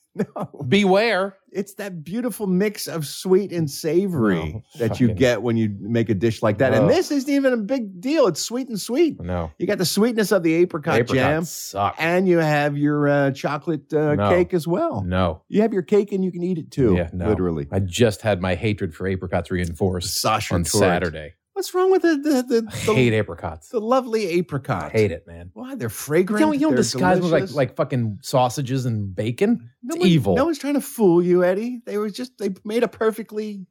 Speaker 3: Beware.
Speaker 1: It's that beautiful mix of sweet and savory
Speaker 3: No,
Speaker 1: *laughs* that you
Speaker 3: fucking-
Speaker 1: get when you make a dish like that.
Speaker 3: No.
Speaker 1: And this isn't even a big deal. It's sweet and sweet.
Speaker 3: No.
Speaker 1: You got the sweetness of the apricot,
Speaker 3: Apricots
Speaker 1: jam,
Speaker 3: suck.
Speaker 1: and you have your uh, chocolate uh,
Speaker 3: No.
Speaker 1: cake as well.
Speaker 3: No.
Speaker 1: You have your cake and you can eat it too.
Speaker 3: Yeah, no.
Speaker 1: Literally.
Speaker 3: I just had my hatred for apricots reinforced
Speaker 1: Sasha
Speaker 3: on
Speaker 1: Torrent.
Speaker 3: Saturday.
Speaker 1: What's wrong with the the the,
Speaker 3: I
Speaker 1: the,
Speaker 3: hate apricots.
Speaker 1: the lovely apricot?
Speaker 3: I hate it, man.
Speaker 1: Why they're fragrant?
Speaker 3: You don't, you don't
Speaker 1: they're
Speaker 3: disguise them like
Speaker 1: delicious.
Speaker 3: like fucking sausages and bacon. It's
Speaker 1: no one-
Speaker 3: evil.
Speaker 1: No
Speaker 3: No,
Speaker 1: one's trying to fool you, Eddie. They were just they made a perfectly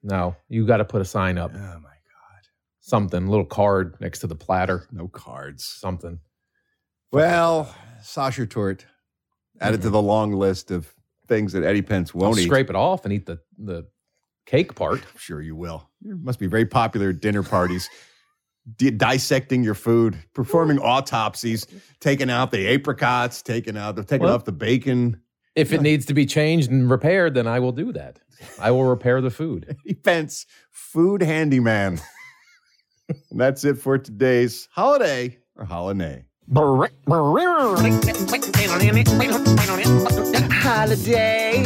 Speaker 3: you got to put a sign up.
Speaker 1: Oh my god.
Speaker 3: Something, a little card next to the platter.
Speaker 1: No cards.
Speaker 3: Something.
Speaker 1: Well, Sasha Tort added to the long list of things that Eddie Pence
Speaker 3: I'll
Speaker 1: won't eat.
Speaker 3: scrape it off and eat the the cake part.
Speaker 1: I'm sure you will. You must be very popular at dinner *laughs* parties. Di- dissecting your food, performing autopsies, taking out the apricots, taking out the taking
Speaker 3: Well-
Speaker 1: off the bacon.
Speaker 3: If it needs to be changed and repaired, then I will do that. I will repair the
Speaker 1: *laughs*
Speaker 3: food.
Speaker 1: Eddie Pence, food handyman. and that's it for today's holiday or holiday.
Speaker 14: Holiday.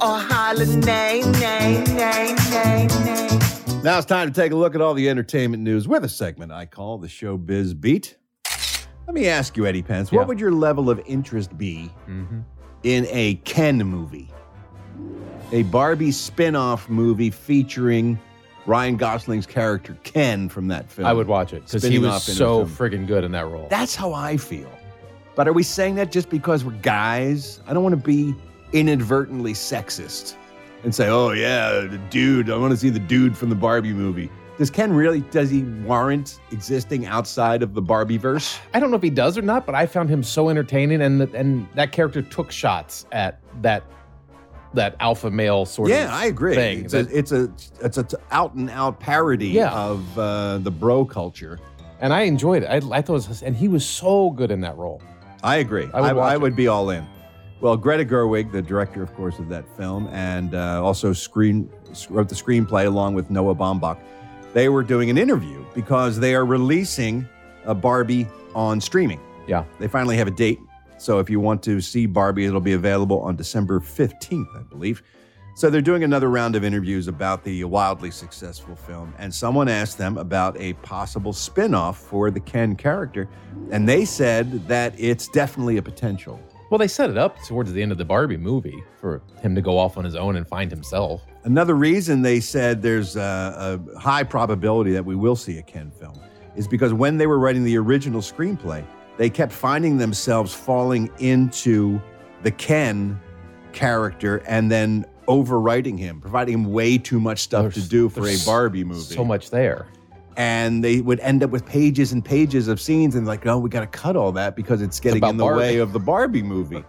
Speaker 14: Or holiday, nay, nay, nay, nay.
Speaker 1: Now it's time to take a look at all the entertainment news with a segment I call the Showbiz Beat. Let me ask you, Eddie Pence, what
Speaker 3: Yeah.
Speaker 1: would your level of interest be
Speaker 3: Mm-hmm.
Speaker 1: in a Ken movie? A Barbie spin off movie featuring Ryan Gosling's character Ken from that film.
Speaker 3: I would watch it because he
Speaker 1: Spinning
Speaker 3: was
Speaker 1: off into
Speaker 3: so
Speaker 1: some-
Speaker 3: friggin' good in that role.
Speaker 1: That's how I feel. But are we saying that just because we're guys? I don't want to be inadvertently sexist and say, "Oh yeah, the dude. I want to see the dude from the Barbie movie." Does Ken really? Does he warrant existing outside of the
Speaker 3: *sighs*
Speaker 1: Barbie verse?
Speaker 3: I don't know if he does or not, but I found him so entertaining, and that- and that character took shots at that that alpha male sort of
Speaker 1: yeah, I agree.
Speaker 3: thing.
Speaker 1: It's,
Speaker 3: that-
Speaker 1: a, it's a it's a t- out and out parody
Speaker 3: Yeah.
Speaker 1: of uh, the bro culture.
Speaker 3: and I enjoyed it. I, I thought it was, and he was so good in that role.
Speaker 1: I agree.
Speaker 3: I would
Speaker 1: I,
Speaker 3: watch
Speaker 1: I
Speaker 3: it.
Speaker 1: would be all in. Well, Greta Gerwig, the director, of course, of that film, and uh, also screen wrote the screenplay along with Noah Baumbach. They were doing an interview because they are releasing a Barbie on streaming.
Speaker 3: Yeah.
Speaker 1: They finally have a date. So if you want to see Barbie, it'll be available on December 15th, I believe. So they're doing another round of interviews about the wildly successful film, and someone asked them about a possible spin-off for the Ken character, and they said that it's definitely a potential.
Speaker 3: Well, they set it up towards the end of the Barbie movie for him to go off on his own and find himself.
Speaker 1: Another reason they said there's a, a high probability that we will see a Ken film is because when they were writing the original screenplay, they kept finding themselves falling into the Ken character and then overwriting him, providing him way too much stuff to do for a
Speaker 3: there's
Speaker 1: Barbie movie.
Speaker 3: So much there.
Speaker 1: And they would end up with pages and pages of scenes and like, oh, we got to cut all that because it's getting
Speaker 3: about
Speaker 1: in the
Speaker 3: Barbie.
Speaker 1: way of the
Speaker 3: *laughs*
Speaker 1: Barbie movie.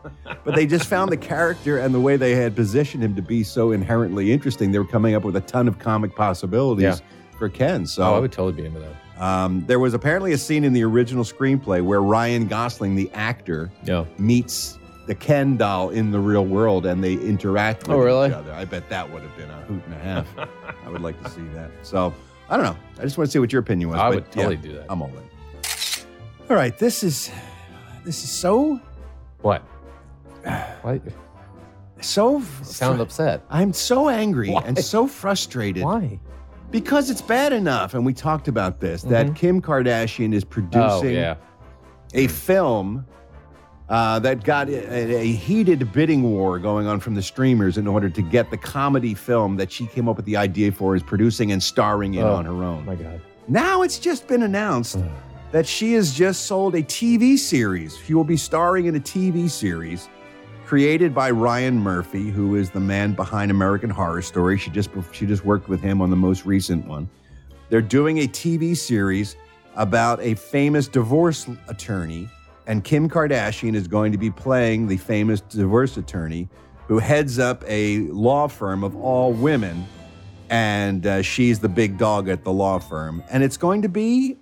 Speaker 1: but they just found the character and the way they had positioned him to be so inherently interesting. They were coming up with a ton of comic possibilities for Ken. So
Speaker 3: Oh, I would totally be into that.
Speaker 1: um, there was apparently a scene in the original screenplay where Ryan Gosling, the actor,
Speaker 3: Yeah.
Speaker 1: meets the Ken doll in the real world and they interact with
Speaker 3: Oh, really?
Speaker 1: each other. I bet that would have been a hoot and a half. I would like to see that. So I don't know. I just want to see what your opinion was.
Speaker 3: I
Speaker 1: but
Speaker 3: would totally
Speaker 1: yeah,
Speaker 3: do that.
Speaker 1: I'm all in. All right, this is this is so
Speaker 3: What?
Speaker 1: *sighs*
Speaker 3: Why
Speaker 1: so
Speaker 3: sound upset?
Speaker 1: I'm so angry and so frustrated.
Speaker 3: Why?
Speaker 1: Because it's bad enough, and we talked about this that Kim Kardashian is producing
Speaker 3: Mm-hmm. Oh yeah.
Speaker 1: a film uh, that got a, a heated bidding war going on from the streamers in order to get the comedy film that she came up with the idea for, is producing and starring in
Speaker 3: Oh,
Speaker 1: on her own.
Speaker 3: My God.
Speaker 1: Now it's just been announced that she has just sold a TV series. She will be starring in a TV series created by Ryan Murphy, who is the man behind American Horror Story. She just she just worked with him on the most recent one. They're doing a TV series about a famous divorce attorney, and Kim Kardashian is going to be playing the famous divorce attorney who heads up a law firm of all women, and uh, she's the big dog at the law firm. And it's going to be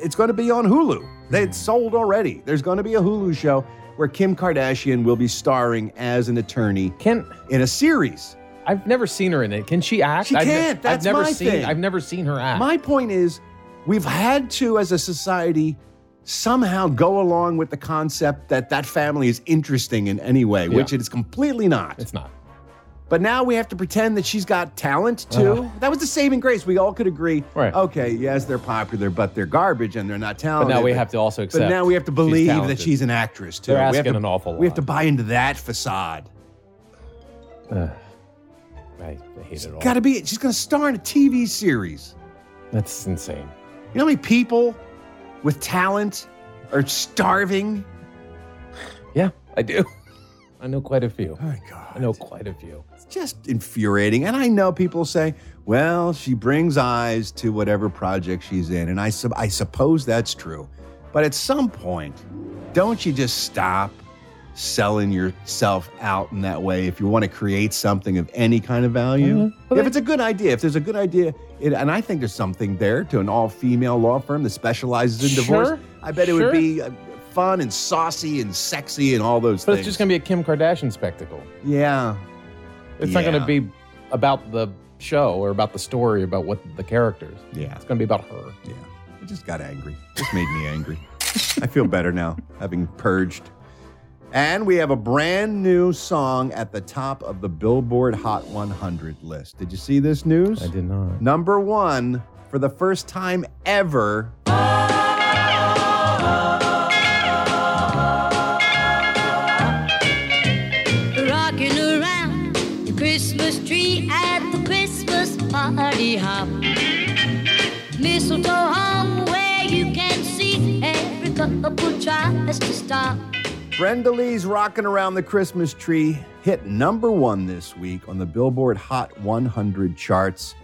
Speaker 1: it's going to be on Hulu. It's sold already. There's going to be a Hulu show where Kim Kardashian will be starring as an attorney
Speaker 3: Can
Speaker 1: in a series.
Speaker 3: I've never seen her in it. Can she act?
Speaker 1: She
Speaker 3: I've ne-
Speaker 1: can't. That's
Speaker 3: I've never
Speaker 1: my
Speaker 3: seen
Speaker 1: thing.
Speaker 3: I've never seen her act.
Speaker 1: My point is, we've had to, as a society, somehow go along with the concept that that family is interesting in any way, which it is completely not.
Speaker 3: it's not.
Speaker 1: But now we have to pretend that she's got talent too. that was the saving grace. We all could agree.
Speaker 3: Uh-huh. Right.
Speaker 1: Okay, yes, they're popular, but they're garbage and they're not
Speaker 3: But
Speaker 1: talented.
Speaker 3: now we have to also
Speaker 1: But
Speaker 3: accept.
Speaker 1: now we have to
Speaker 3: she's
Speaker 1: believe that
Speaker 3: talented.
Speaker 1: she's an actress too.
Speaker 3: They're
Speaker 1: we have
Speaker 3: asking
Speaker 1: to,
Speaker 3: an awful lot.
Speaker 1: We have to buy into that facade.
Speaker 3: Ugh. I I hate it all.
Speaker 1: Got to be. She's going to star in a TV series.
Speaker 3: That's insane.
Speaker 1: You know how many people with talent are starving?
Speaker 3: Yeah, I do. *laughs* I know quite a few.
Speaker 1: My God.
Speaker 3: I know quite a few.
Speaker 1: It's just infuriating. And I know people say, well, she brings eyes to whatever project she's in. And I, sub- I suppose that's true. But at some point, don't you just stop selling yourself out in that way if you want to create something of any kind of value?
Speaker 3: Mm-hmm.
Speaker 1: if it's a good idea, if there's a good idea, it, and I think there's something there to an all female law firm that specializes in divorce,
Speaker 3: Sure.
Speaker 1: I bet it would
Speaker 3: Sure.
Speaker 1: be uh, fun and saucy and sexy and all those
Speaker 3: But
Speaker 1: things.
Speaker 3: it's just gonna be a Kim Kardashian spectacle.
Speaker 1: yeah.
Speaker 3: It's not
Speaker 1: Yeah.
Speaker 3: gonna be about the show or about the story about what the characters.
Speaker 1: Yeah.
Speaker 3: It's gonna be about her.
Speaker 1: Yeah, I just got angry. This made me angry. I feel better now, having purged. And we have a brand new song at the top of the Billboard Hot 100 list. Did you see this news?
Speaker 3: I did not.
Speaker 1: Number one for the first time ever.
Speaker 17: Rocking around the Christmas tree at the Christmas party hop. Mistletoe hung where you can see every couple tries to stop.
Speaker 1: Brenda Lee's Rocking Around the Christmas Tree hit number one this week on the Billboard Hot 100 charts.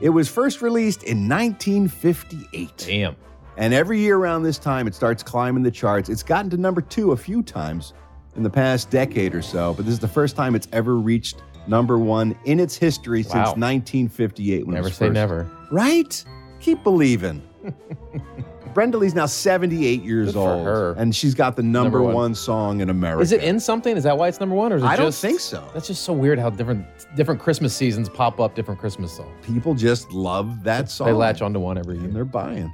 Speaker 1: It was first released in 1958.
Speaker 3: Damn.
Speaker 1: And every year around this time, it starts climbing the charts. It's gotten to number two a few times, in the past decade or so, but this is the first time it's ever reached number one in its history since
Speaker 3: Wow.
Speaker 1: 1958. When it
Speaker 3: Never
Speaker 1: was
Speaker 3: say
Speaker 1: first.
Speaker 3: never.
Speaker 1: Right?
Speaker 3: *laughs*
Speaker 1: Keep believing. Brenda Lee's now 78 years
Speaker 3: Good for
Speaker 1: old,
Speaker 3: her.
Speaker 1: and she's got the number,
Speaker 3: Number
Speaker 1: one.
Speaker 3: one.
Speaker 1: song in America.
Speaker 3: Is it in something? Is that why it's number one? Or is it
Speaker 1: I don't
Speaker 3: just-
Speaker 1: think so.
Speaker 3: That's just so weird how different different Christmas seasons pop up different Christmas songs.
Speaker 1: People just love that song.
Speaker 3: They latch onto one every year.
Speaker 1: and they're buying.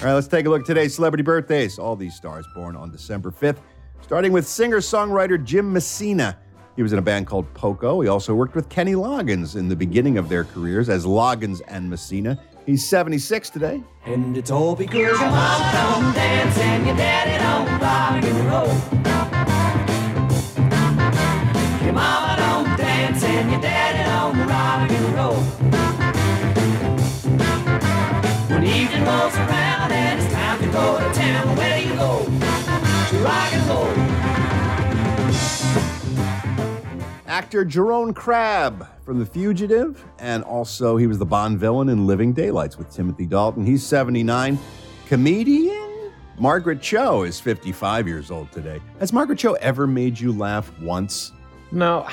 Speaker 1: All right, let's take a look at today's celebrity birthdays. All these stars born on December 5th, starting with singer songwriter Jim Messina. He was in a band called Poco. He also worked with Kenny Loggins in the beginning of their careers as Loggins and Messina. He's 76 today.
Speaker 14: And it's all because your mom don't dance and your daddy don't rock and roll. Your mama don't dance and your daddy don't rock and roll. When evening rolls around and it's time to go to town, where do you go? To rock and roll.
Speaker 1: Actor Jerome Crabb from The Fugitive, and also he was the Bond villain in Living Daylights with Timothy Dalton. He's 79. Comedian Margaret Cho is 55 years old today. Has Margaret Cho ever made you laugh once?
Speaker 3: No,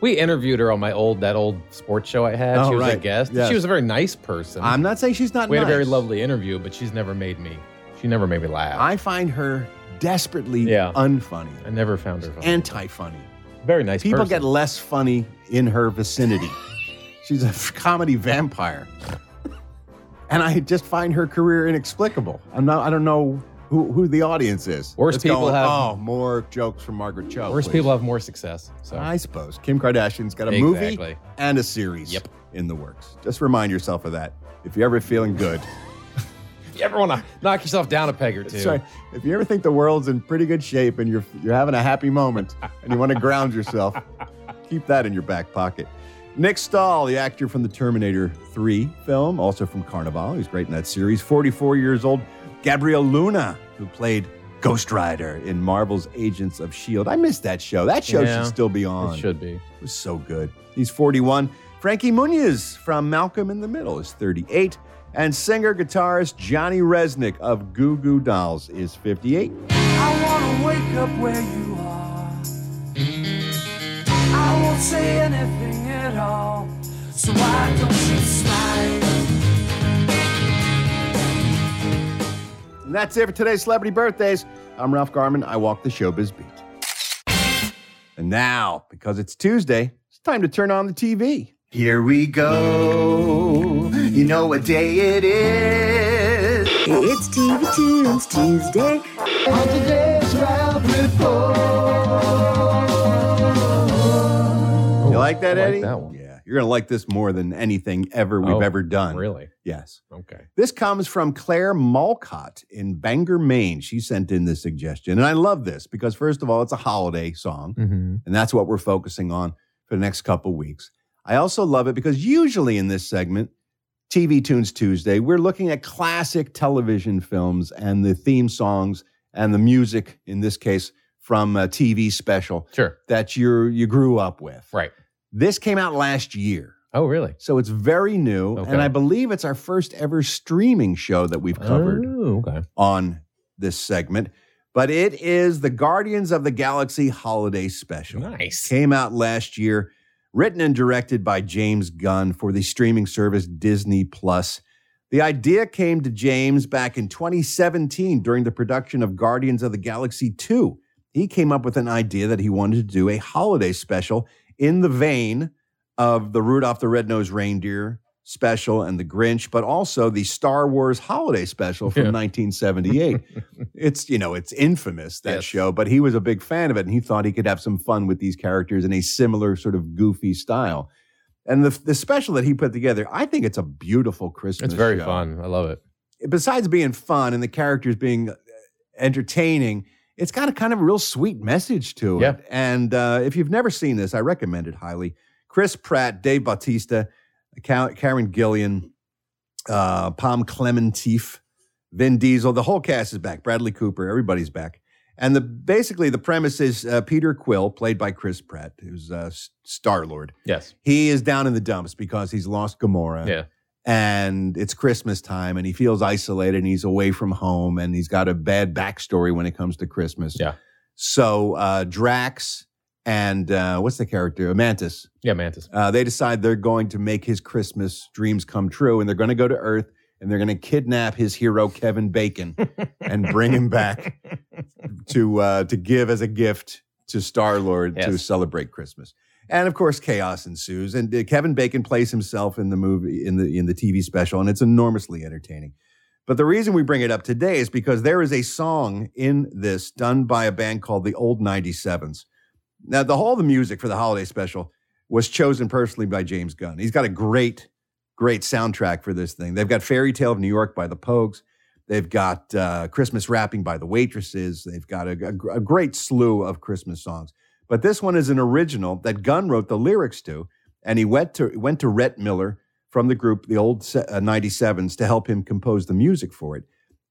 Speaker 3: we interviewed her on my old that old sports show I had.
Speaker 1: Oh,
Speaker 3: she was a
Speaker 1: right.
Speaker 3: guest.
Speaker 1: Yes.
Speaker 3: She was a very nice person.
Speaker 1: I'm not saying she's not
Speaker 3: we had a very
Speaker 1: nice.
Speaker 3: lovely interview, but she's never made me. She never made me laugh.
Speaker 1: I find her desperately
Speaker 3: Yeah.
Speaker 1: unfunny,
Speaker 3: I never found her funny.
Speaker 1: anti funny.
Speaker 3: Very nice.
Speaker 1: People
Speaker 3: person.
Speaker 1: get less funny in her
Speaker 3: *laughs*
Speaker 1: vicinity. She's a comedy vampire. And I just find her career inexplicable. I'm not, I don't know who, who the audience is.
Speaker 3: Worse
Speaker 1: It's
Speaker 3: people
Speaker 1: going,
Speaker 3: have-
Speaker 1: Oh, more jokes from Margaret Cho.
Speaker 3: Worse
Speaker 1: please."
Speaker 3: people have more success. So
Speaker 1: I suppose. Kim Kardashian's got a movie
Speaker 3: Exactly.
Speaker 1: and a series
Speaker 3: Yep.
Speaker 1: in the works. Just remind yourself of that if you're ever feeling good.
Speaker 3: you ever want to knock yourself down a peg or two?
Speaker 1: That's right. If you ever think the world's in pretty good shape and you're you're having a happy moment and you want to ground yourself, keep that in your back pocket. Nick Stahl, the actor from the Terminator 3 film, also from Carnival, he's great in that series. 44 years old. Gabriel Luna, who played Ghost Rider in Marvel's Agents of Shield. I missed that show. That show
Speaker 3: Yeah.
Speaker 1: should still be on.
Speaker 3: It should be.
Speaker 1: It was so good. He's 41. Frankie Muniz from Malcolm in the Middle is 38. And singer guitarist Johnny Resnick of Goo Goo Dolls is 58.
Speaker 14: I wanna wake up where you are. I won't say anything at all. So why don't you smile?
Speaker 1: And that's it for today's celebrity birthdays. I'm Ralph Garman. I walk the showbiz beat. And now, because it's Tuesday, it's time to turn on the TV.
Speaker 8: Here we go. You know what day it is. It's TV Tunes Tuesday.
Speaker 14: On today's Ralph Report.
Speaker 1: You like that,
Speaker 3: Oh, I like
Speaker 1: Eddie?
Speaker 3: that one.
Speaker 1: Yeah, you're gonna like this more than anything ever we've
Speaker 3: Oh,
Speaker 1: ever done.
Speaker 3: Really?
Speaker 1: Yes.
Speaker 3: Okay.
Speaker 1: This comes from Claire Malcott in Bangor, Maine. She sent in this suggestion. And I love this because, first of all, it's a holiday song.
Speaker 3: Mm-hmm.
Speaker 1: And that's what we're focusing on for the next couple weeks. I also love it because usually in this segment, TV Tunes Tuesday, we're looking at classic television films and the theme songs and the music, in this case, from a TV special
Speaker 3: Sure.
Speaker 1: that you you grew up with.
Speaker 3: Right.
Speaker 1: This came out last year.
Speaker 3: Oh, really?
Speaker 1: So it's very new.
Speaker 3: Okay.
Speaker 1: And I believe it's our first ever streaming show that we've covered
Speaker 3: Oh, okay.
Speaker 1: on this segment. But it is the Guardians of the Galaxy Holiday Special.
Speaker 3: Nice.
Speaker 1: Came out last year, written and directed by James Gunn for the streaming service Disney Plus. The idea came to James back in 2017 during the production of Guardians of the Galaxy 2. He came up with an idea that he wanted to do a holiday special in the vein of the Rudolph the Red-Nosed Reindeer special and the Grinch, but also the Star Wars holiday special from
Speaker 3: Yeah. *laughs*
Speaker 1: 1978. it's, you know, it's infamous that
Speaker 3: Yes.
Speaker 1: show, but he was a big fan of it and he thought he could have some fun with these characters in a similar sort of goofy style. And the, the special that he put together, I think it's a beautiful Christmas.
Speaker 3: It's very
Speaker 1: show
Speaker 3: fun. I love it.
Speaker 1: besides being fun and the characters being uh, entertaining, it's got a kind of a real sweet message to it.
Speaker 3: Yeah.
Speaker 1: And uh, if you've never seen this, I recommend it highly. Chris Pratt, Dave Bautista, Ka- Karen Gillian, uh, Pom Clementif, Vin Diesel, the whole cast is back. Bradley Cooper, everybody's back. And the basically the premise is uh, Peter Quill, played by Chris Pratt, who's uh, Star Lord.
Speaker 3: Yes.
Speaker 1: He is down in the dumps because he's lost Gamora
Speaker 3: Yeah.
Speaker 1: and it's Christmas time and he feels isolated and he's away from home and he's got a bad backstory when it comes to Christmas.
Speaker 3: Yeah.
Speaker 1: So uh, Drax and uh, what's the character? Mantis.
Speaker 3: Yeah, Mantis.
Speaker 1: Uh, they decide they're going to make his Christmas dreams come true, and they're going to go to Earth and they're going to kidnap his hero Kevin Bacon and bring him back to uh, to give as a gift to Star Lord to celebrate Christmas. And of course, chaos ensues. And uh, Kevin Bacon plays himself in the movie in the in the TV special, and it's enormously entertaining. But the reason we bring it up today is because there is a song in this done by a band called the Old 97s. Now, the whole of the music for the holiday special was chosen personally by James Gunn. He's got a great, great soundtrack for this thing. They've got Fairy Tale of New York by the Pogues. They've got uh, Christmas Wrapping by the Waitresses. They've got a, a- a great slew of Christmas songs. But this one is an original that Gunn wrote the lyrics to, and he went to went to Rhett Miller from the group the old se- uh, 97s to help him compose the music for it.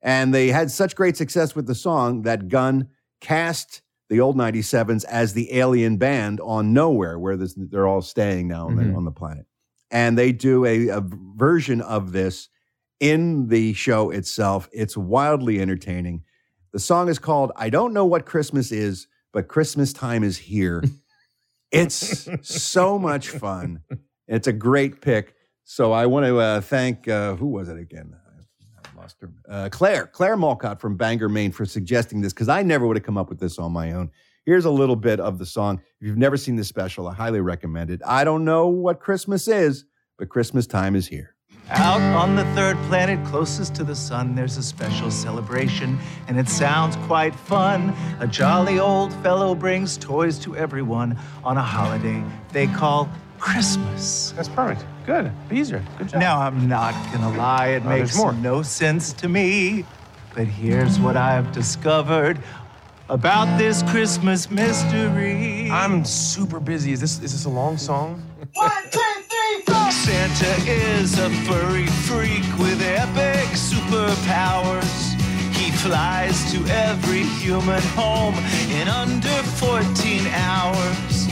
Speaker 1: And they had such great success with the song that Gunn cast the old 97s as the alien band on Nowhere, where this, they're all staying now on, the, on the planet. And they do a, a version of this in the show itself. It's wildly entertaining. The song is called I Don't Know What Christmas Is, but Christmas Time is Here. it's so much fun. It's a great pick. So I want to uh, thank, uh, who was it again? uh, Claire, Claire Malcott from Bangor, Maine, for suggesting this because I never would have come up with this on my own. Here's a little bit of the song. If you've never seen this special, I highly recommend it. I don't know what Christmas is, but Christmas time is here.
Speaker 14: Out on the third planet closest to the sun, there's a special celebration, and it sounds quite fun. A jolly old fellow brings toys to everyone on a holiday they call Christmas. That's perfect. Good. Easier. Good job. Now, I'm not gonna lie, it
Speaker 10: Oh, there's
Speaker 14: makes
Speaker 10: more.
Speaker 14: no sense to me. But here's what I've discovered about this Christmas mystery. I'm super busy. Is this is this a long song?
Speaker 10: One, two, three, four.
Speaker 14: Santa is a furry freak with epic superpowers. He flies to every human home in under 14 hours.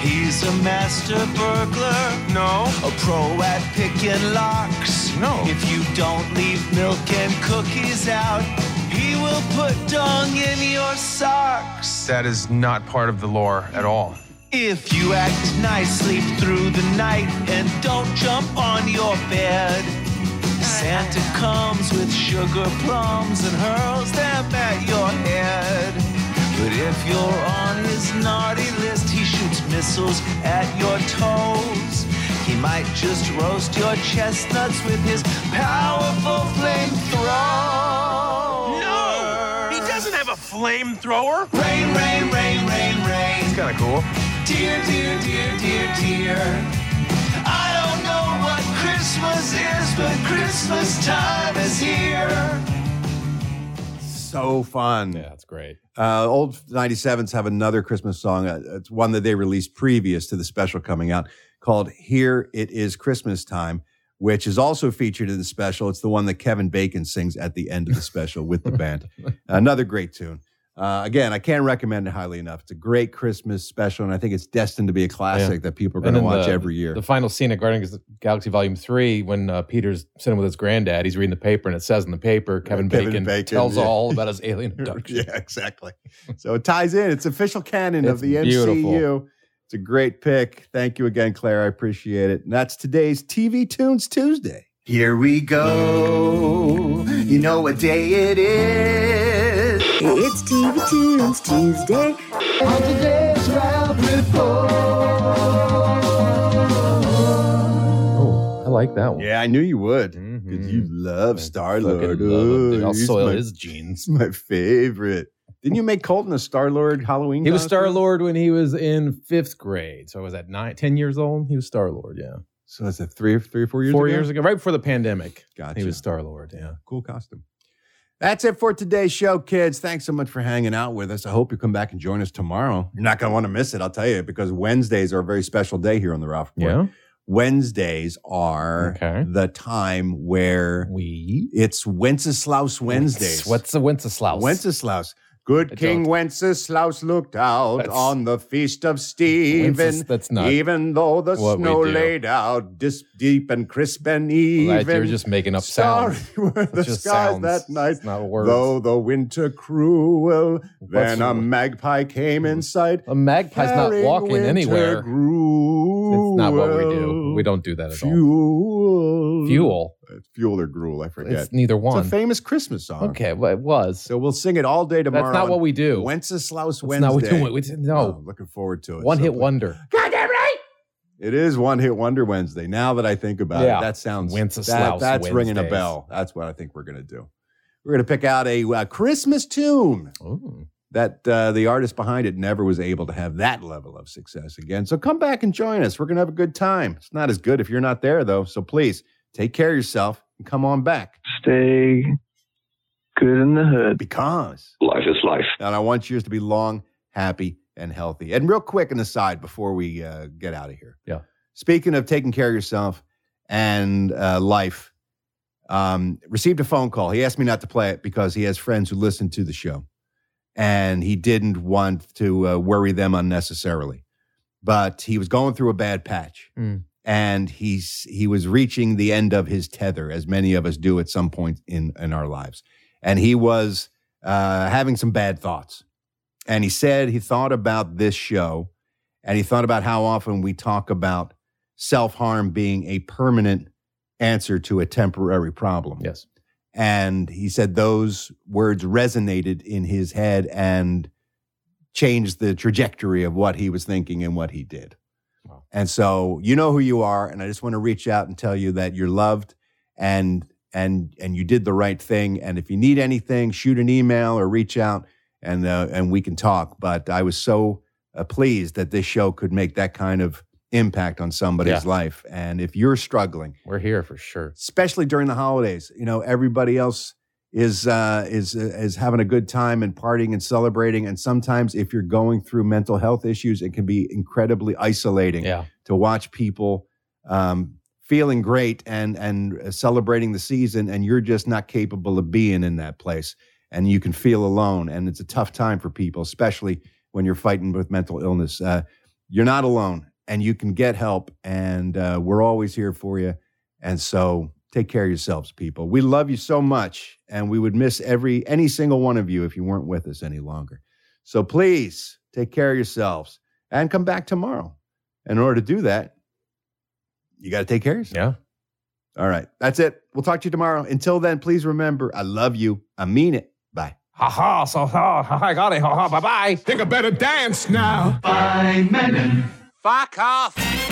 Speaker 14: He's a master burglar. No. A pro at picking locks. No. If you don't leave milk and cookies out, he will put dung in your socks.
Speaker 3: That is not part of the lore at all.
Speaker 14: If you act nicely through the night and don't jump on your bed, Santa comes with sugar plums and hurls them at your head. But if you're on his naughty list, he shoots missiles at your toes. He might just roast your chestnuts with his powerful flamethrower. No! He doesn't have a flamethrower! Rain, rain, rain, rain, rain.
Speaker 10: It's kind of cool.
Speaker 14: Dear, dear, dear, dear, dear. I don't know what Christmas is, but Christmas time is here.
Speaker 1: So fun. Yeah,
Speaker 3: that's great.
Speaker 1: Uh, old 97s have another Christmas song. Uh, it's one that they released previous to the special coming out called Here It Is Christmas Time, which is also featured in the special. It's the one that Kevin Bacon sings at the end of the special with
Speaker 3: *laughs*
Speaker 1: the band. Another great tune. Uh, again, I can't recommend it highly enough. It's a great Christmas special, and I think it's destined to be a classic that people are going
Speaker 3: And
Speaker 1: to
Speaker 3: then
Speaker 1: watch
Speaker 3: the-
Speaker 1: every year.
Speaker 3: The final scene at Guardians of the Galaxy Volume 3, when uh, Peter's sitting with his granddad, he's reading the paper, and it says in the paper, Kevin,
Speaker 1: Kevin
Speaker 3: Bacon,
Speaker 1: Bacon,
Speaker 3: tells
Speaker 1: yeah.
Speaker 3: all about
Speaker 1: *laughs*
Speaker 3: his alien abduction.
Speaker 1: yeah, exactly. So it ties in. It's official canon of
Speaker 3: It's
Speaker 1: the MCU.
Speaker 3: beautiful.
Speaker 1: It's a great pick. Thank you again, Claire. I appreciate it. And that's today's TV Tunes Tuesday.
Speaker 18: Here we go. You know what day it is. It's TV Tunes Tuesday.
Speaker 19: On today's Ralph Report.
Speaker 3: Oh, I like that one.
Speaker 1: Yeah, I knew you would.
Speaker 3: Mm-hmm.
Speaker 1: 'Cause You love Star Lord.
Speaker 3: Mm. fucking love him, dude. I'll soil his
Speaker 1: jeans. My favorite. Didn't you make Colton a Star Lord Halloween?
Speaker 3: He was
Speaker 1: costume?
Speaker 3: Star Lord when he was in fifth grade. So I was at nine, 10 years old. He was Star Lord, yeah.
Speaker 1: So that's a three, three or four years
Speaker 3: Four
Speaker 1: ago?
Speaker 3: years ago, right before the pandemic.
Speaker 1: Gotcha.
Speaker 3: He was Star Lord, yeah.
Speaker 1: Cool costume. That's it for today's show, kids. Thanks so much for hanging out with us. I hope you come back and join us tomorrow. You're not going to want to miss it, I'll tell you, because Wednesdays are a very special day here on the Ralph Report.
Speaker 3: Yeah.
Speaker 1: Wednesdays are the time where
Speaker 3: we
Speaker 1: it's Wenceslaus Wednesdays.
Speaker 3: What's the Wenceslaus?
Speaker 1: Wenceslaus.
Speaker 2: Good King Wenceslaus looked out
Speaker 20: That's-
Speaker 2: on the feast of Stephen.
Speaker 20: Wences- that's not
Speaker 2: even though the
Speaker 20: what we
Speaker 2: snow
Speaker 20: do.
Speaker 2: laid out dis- deep and crisp and even.
Speaker 3: Right, you were just making up
Speaker 2: Starry *laughs*
Speaker 3: sounds.
Speaker 2: were the
Speaker 3: It's just
Speaker 2: skies
Speaker 3: sounds.
Speaker 2: that night.
Speaker 3: not words.
Speaker 2: Though the winter cruel, then a
Speaker 3: the-
Speaker 2: magpie came in sight. A
Speaker 3: magpie's not walking anywhere. It's not what we do. We don't do that at
Speaker 2: Fuel. Uh,
Speaker 3: all. Fuel.
Speaker 2: Fuel or gruel, I forget.
Speaker 3: It's neither one.
Speaker 2: It's a famous Christmas song.
Speaker 3: Okay, well, it was.
Speaker 2: So we'll sing it all day tomorrow.
Speaker 3: That's not what
Speaker 2: on
Speaker 3: we do.
Speaker 2: Wenceslaus
Speaker 3: That's not what we
Speaker 2: Wednesday.
Speaker 3: do. We- we- no.
Speaker 2: Oh, looking forward to it.
Speaker 3: One hit
Speaker 2: sometime.
Speaker 3: wonder.
Speaker 2: Goddamn right. It is one hit wonder Wednesday. Now that I think about
Speaker 3: Yeah.
Speaker 2: it, that sounds
Speaker 3: Wenceslaus
Speaker 2: that- that's ringing a
Speaker 3: Wednesdays.
Speaker 2: bell. That's what I think we're gonna do. We're gonna pick out a uh, Christmas tune that uh, the artist behind it never was able to have that level of success again. So come back and join us. We're gonna have a good time. It's not as good if you're not there though. So please take care of yourself and come on back.
Speaker 10: Stay good in the hood.
Speaker 2: Because
Speaker 10: Life is life.
Speaker 2: and I want yours to be long, happy, and healthy. And real quick, an aside before we uh, get out of here.
Speaker 3: Yeah.
Speaker 2: Speaking of taking care of yourself and uh, life, um, received a phone call. He asked me not to play it because he has friends who listen to the show, and he didn't want to uh, worry them unnecessarily. But he was going through a bad patch and he's he was reaching the end of his tether, as many of us do at some point in in our lives. And he was uh, having some bad thoughts. And he said he thought about this show, and he thought about how often we talk about self harm being a permanent answer to a temporary problem.
Speaker 3: Yes.
Speaker 2: And he said those words resonated in his head and changed the trajectory of what he was thinking and what he did. And so you know who you are, and I just want to reach out and tell you that you're loved and and and you did the right thing. And if you need anything, shoot an email or reach out, and uh, and we can talk. But I was so uh, pleased that this show could make that kind of impact on somebody's
Speaker 3: Yeah.
Speaker 2: life. And if you're struggling,
Speaker 3: We're here for sure.
Speaker 2: especially during the holidays. You know, everybody else is uh, is is having a good time and partying and celebrating. And sometimes, if you're going through mental health issues, it can be incredibly isolating
Speaker 3: Yeah.
Speaker 2: to watch people um, feeling great and and uh, celebrating the season, and you're just not capable of being in that place, and you can feel alone. And it's a tough time for people, especially when you're fighting with mental illness. Uh, you're not alone, and you can get help. And uh, we're always here for you. And so take care of yourselves, people. We love you so much, and we would miss every any single one of you if you weren't with us any longer. So please take care of yourselves and come back tomorrow. In order to do that, you got to take care of yourself. Yeah. All right. That's it. We'll talk to you tomorrow. Until then, please remember I love you. I mean it. Bye.
Speaker 3: Ha ha, so ha, ha ha, got it, ha ha, bye bye. Think I better dance now.
Speaker 20: Bye, Megan.
Speaker 3: Fuck off.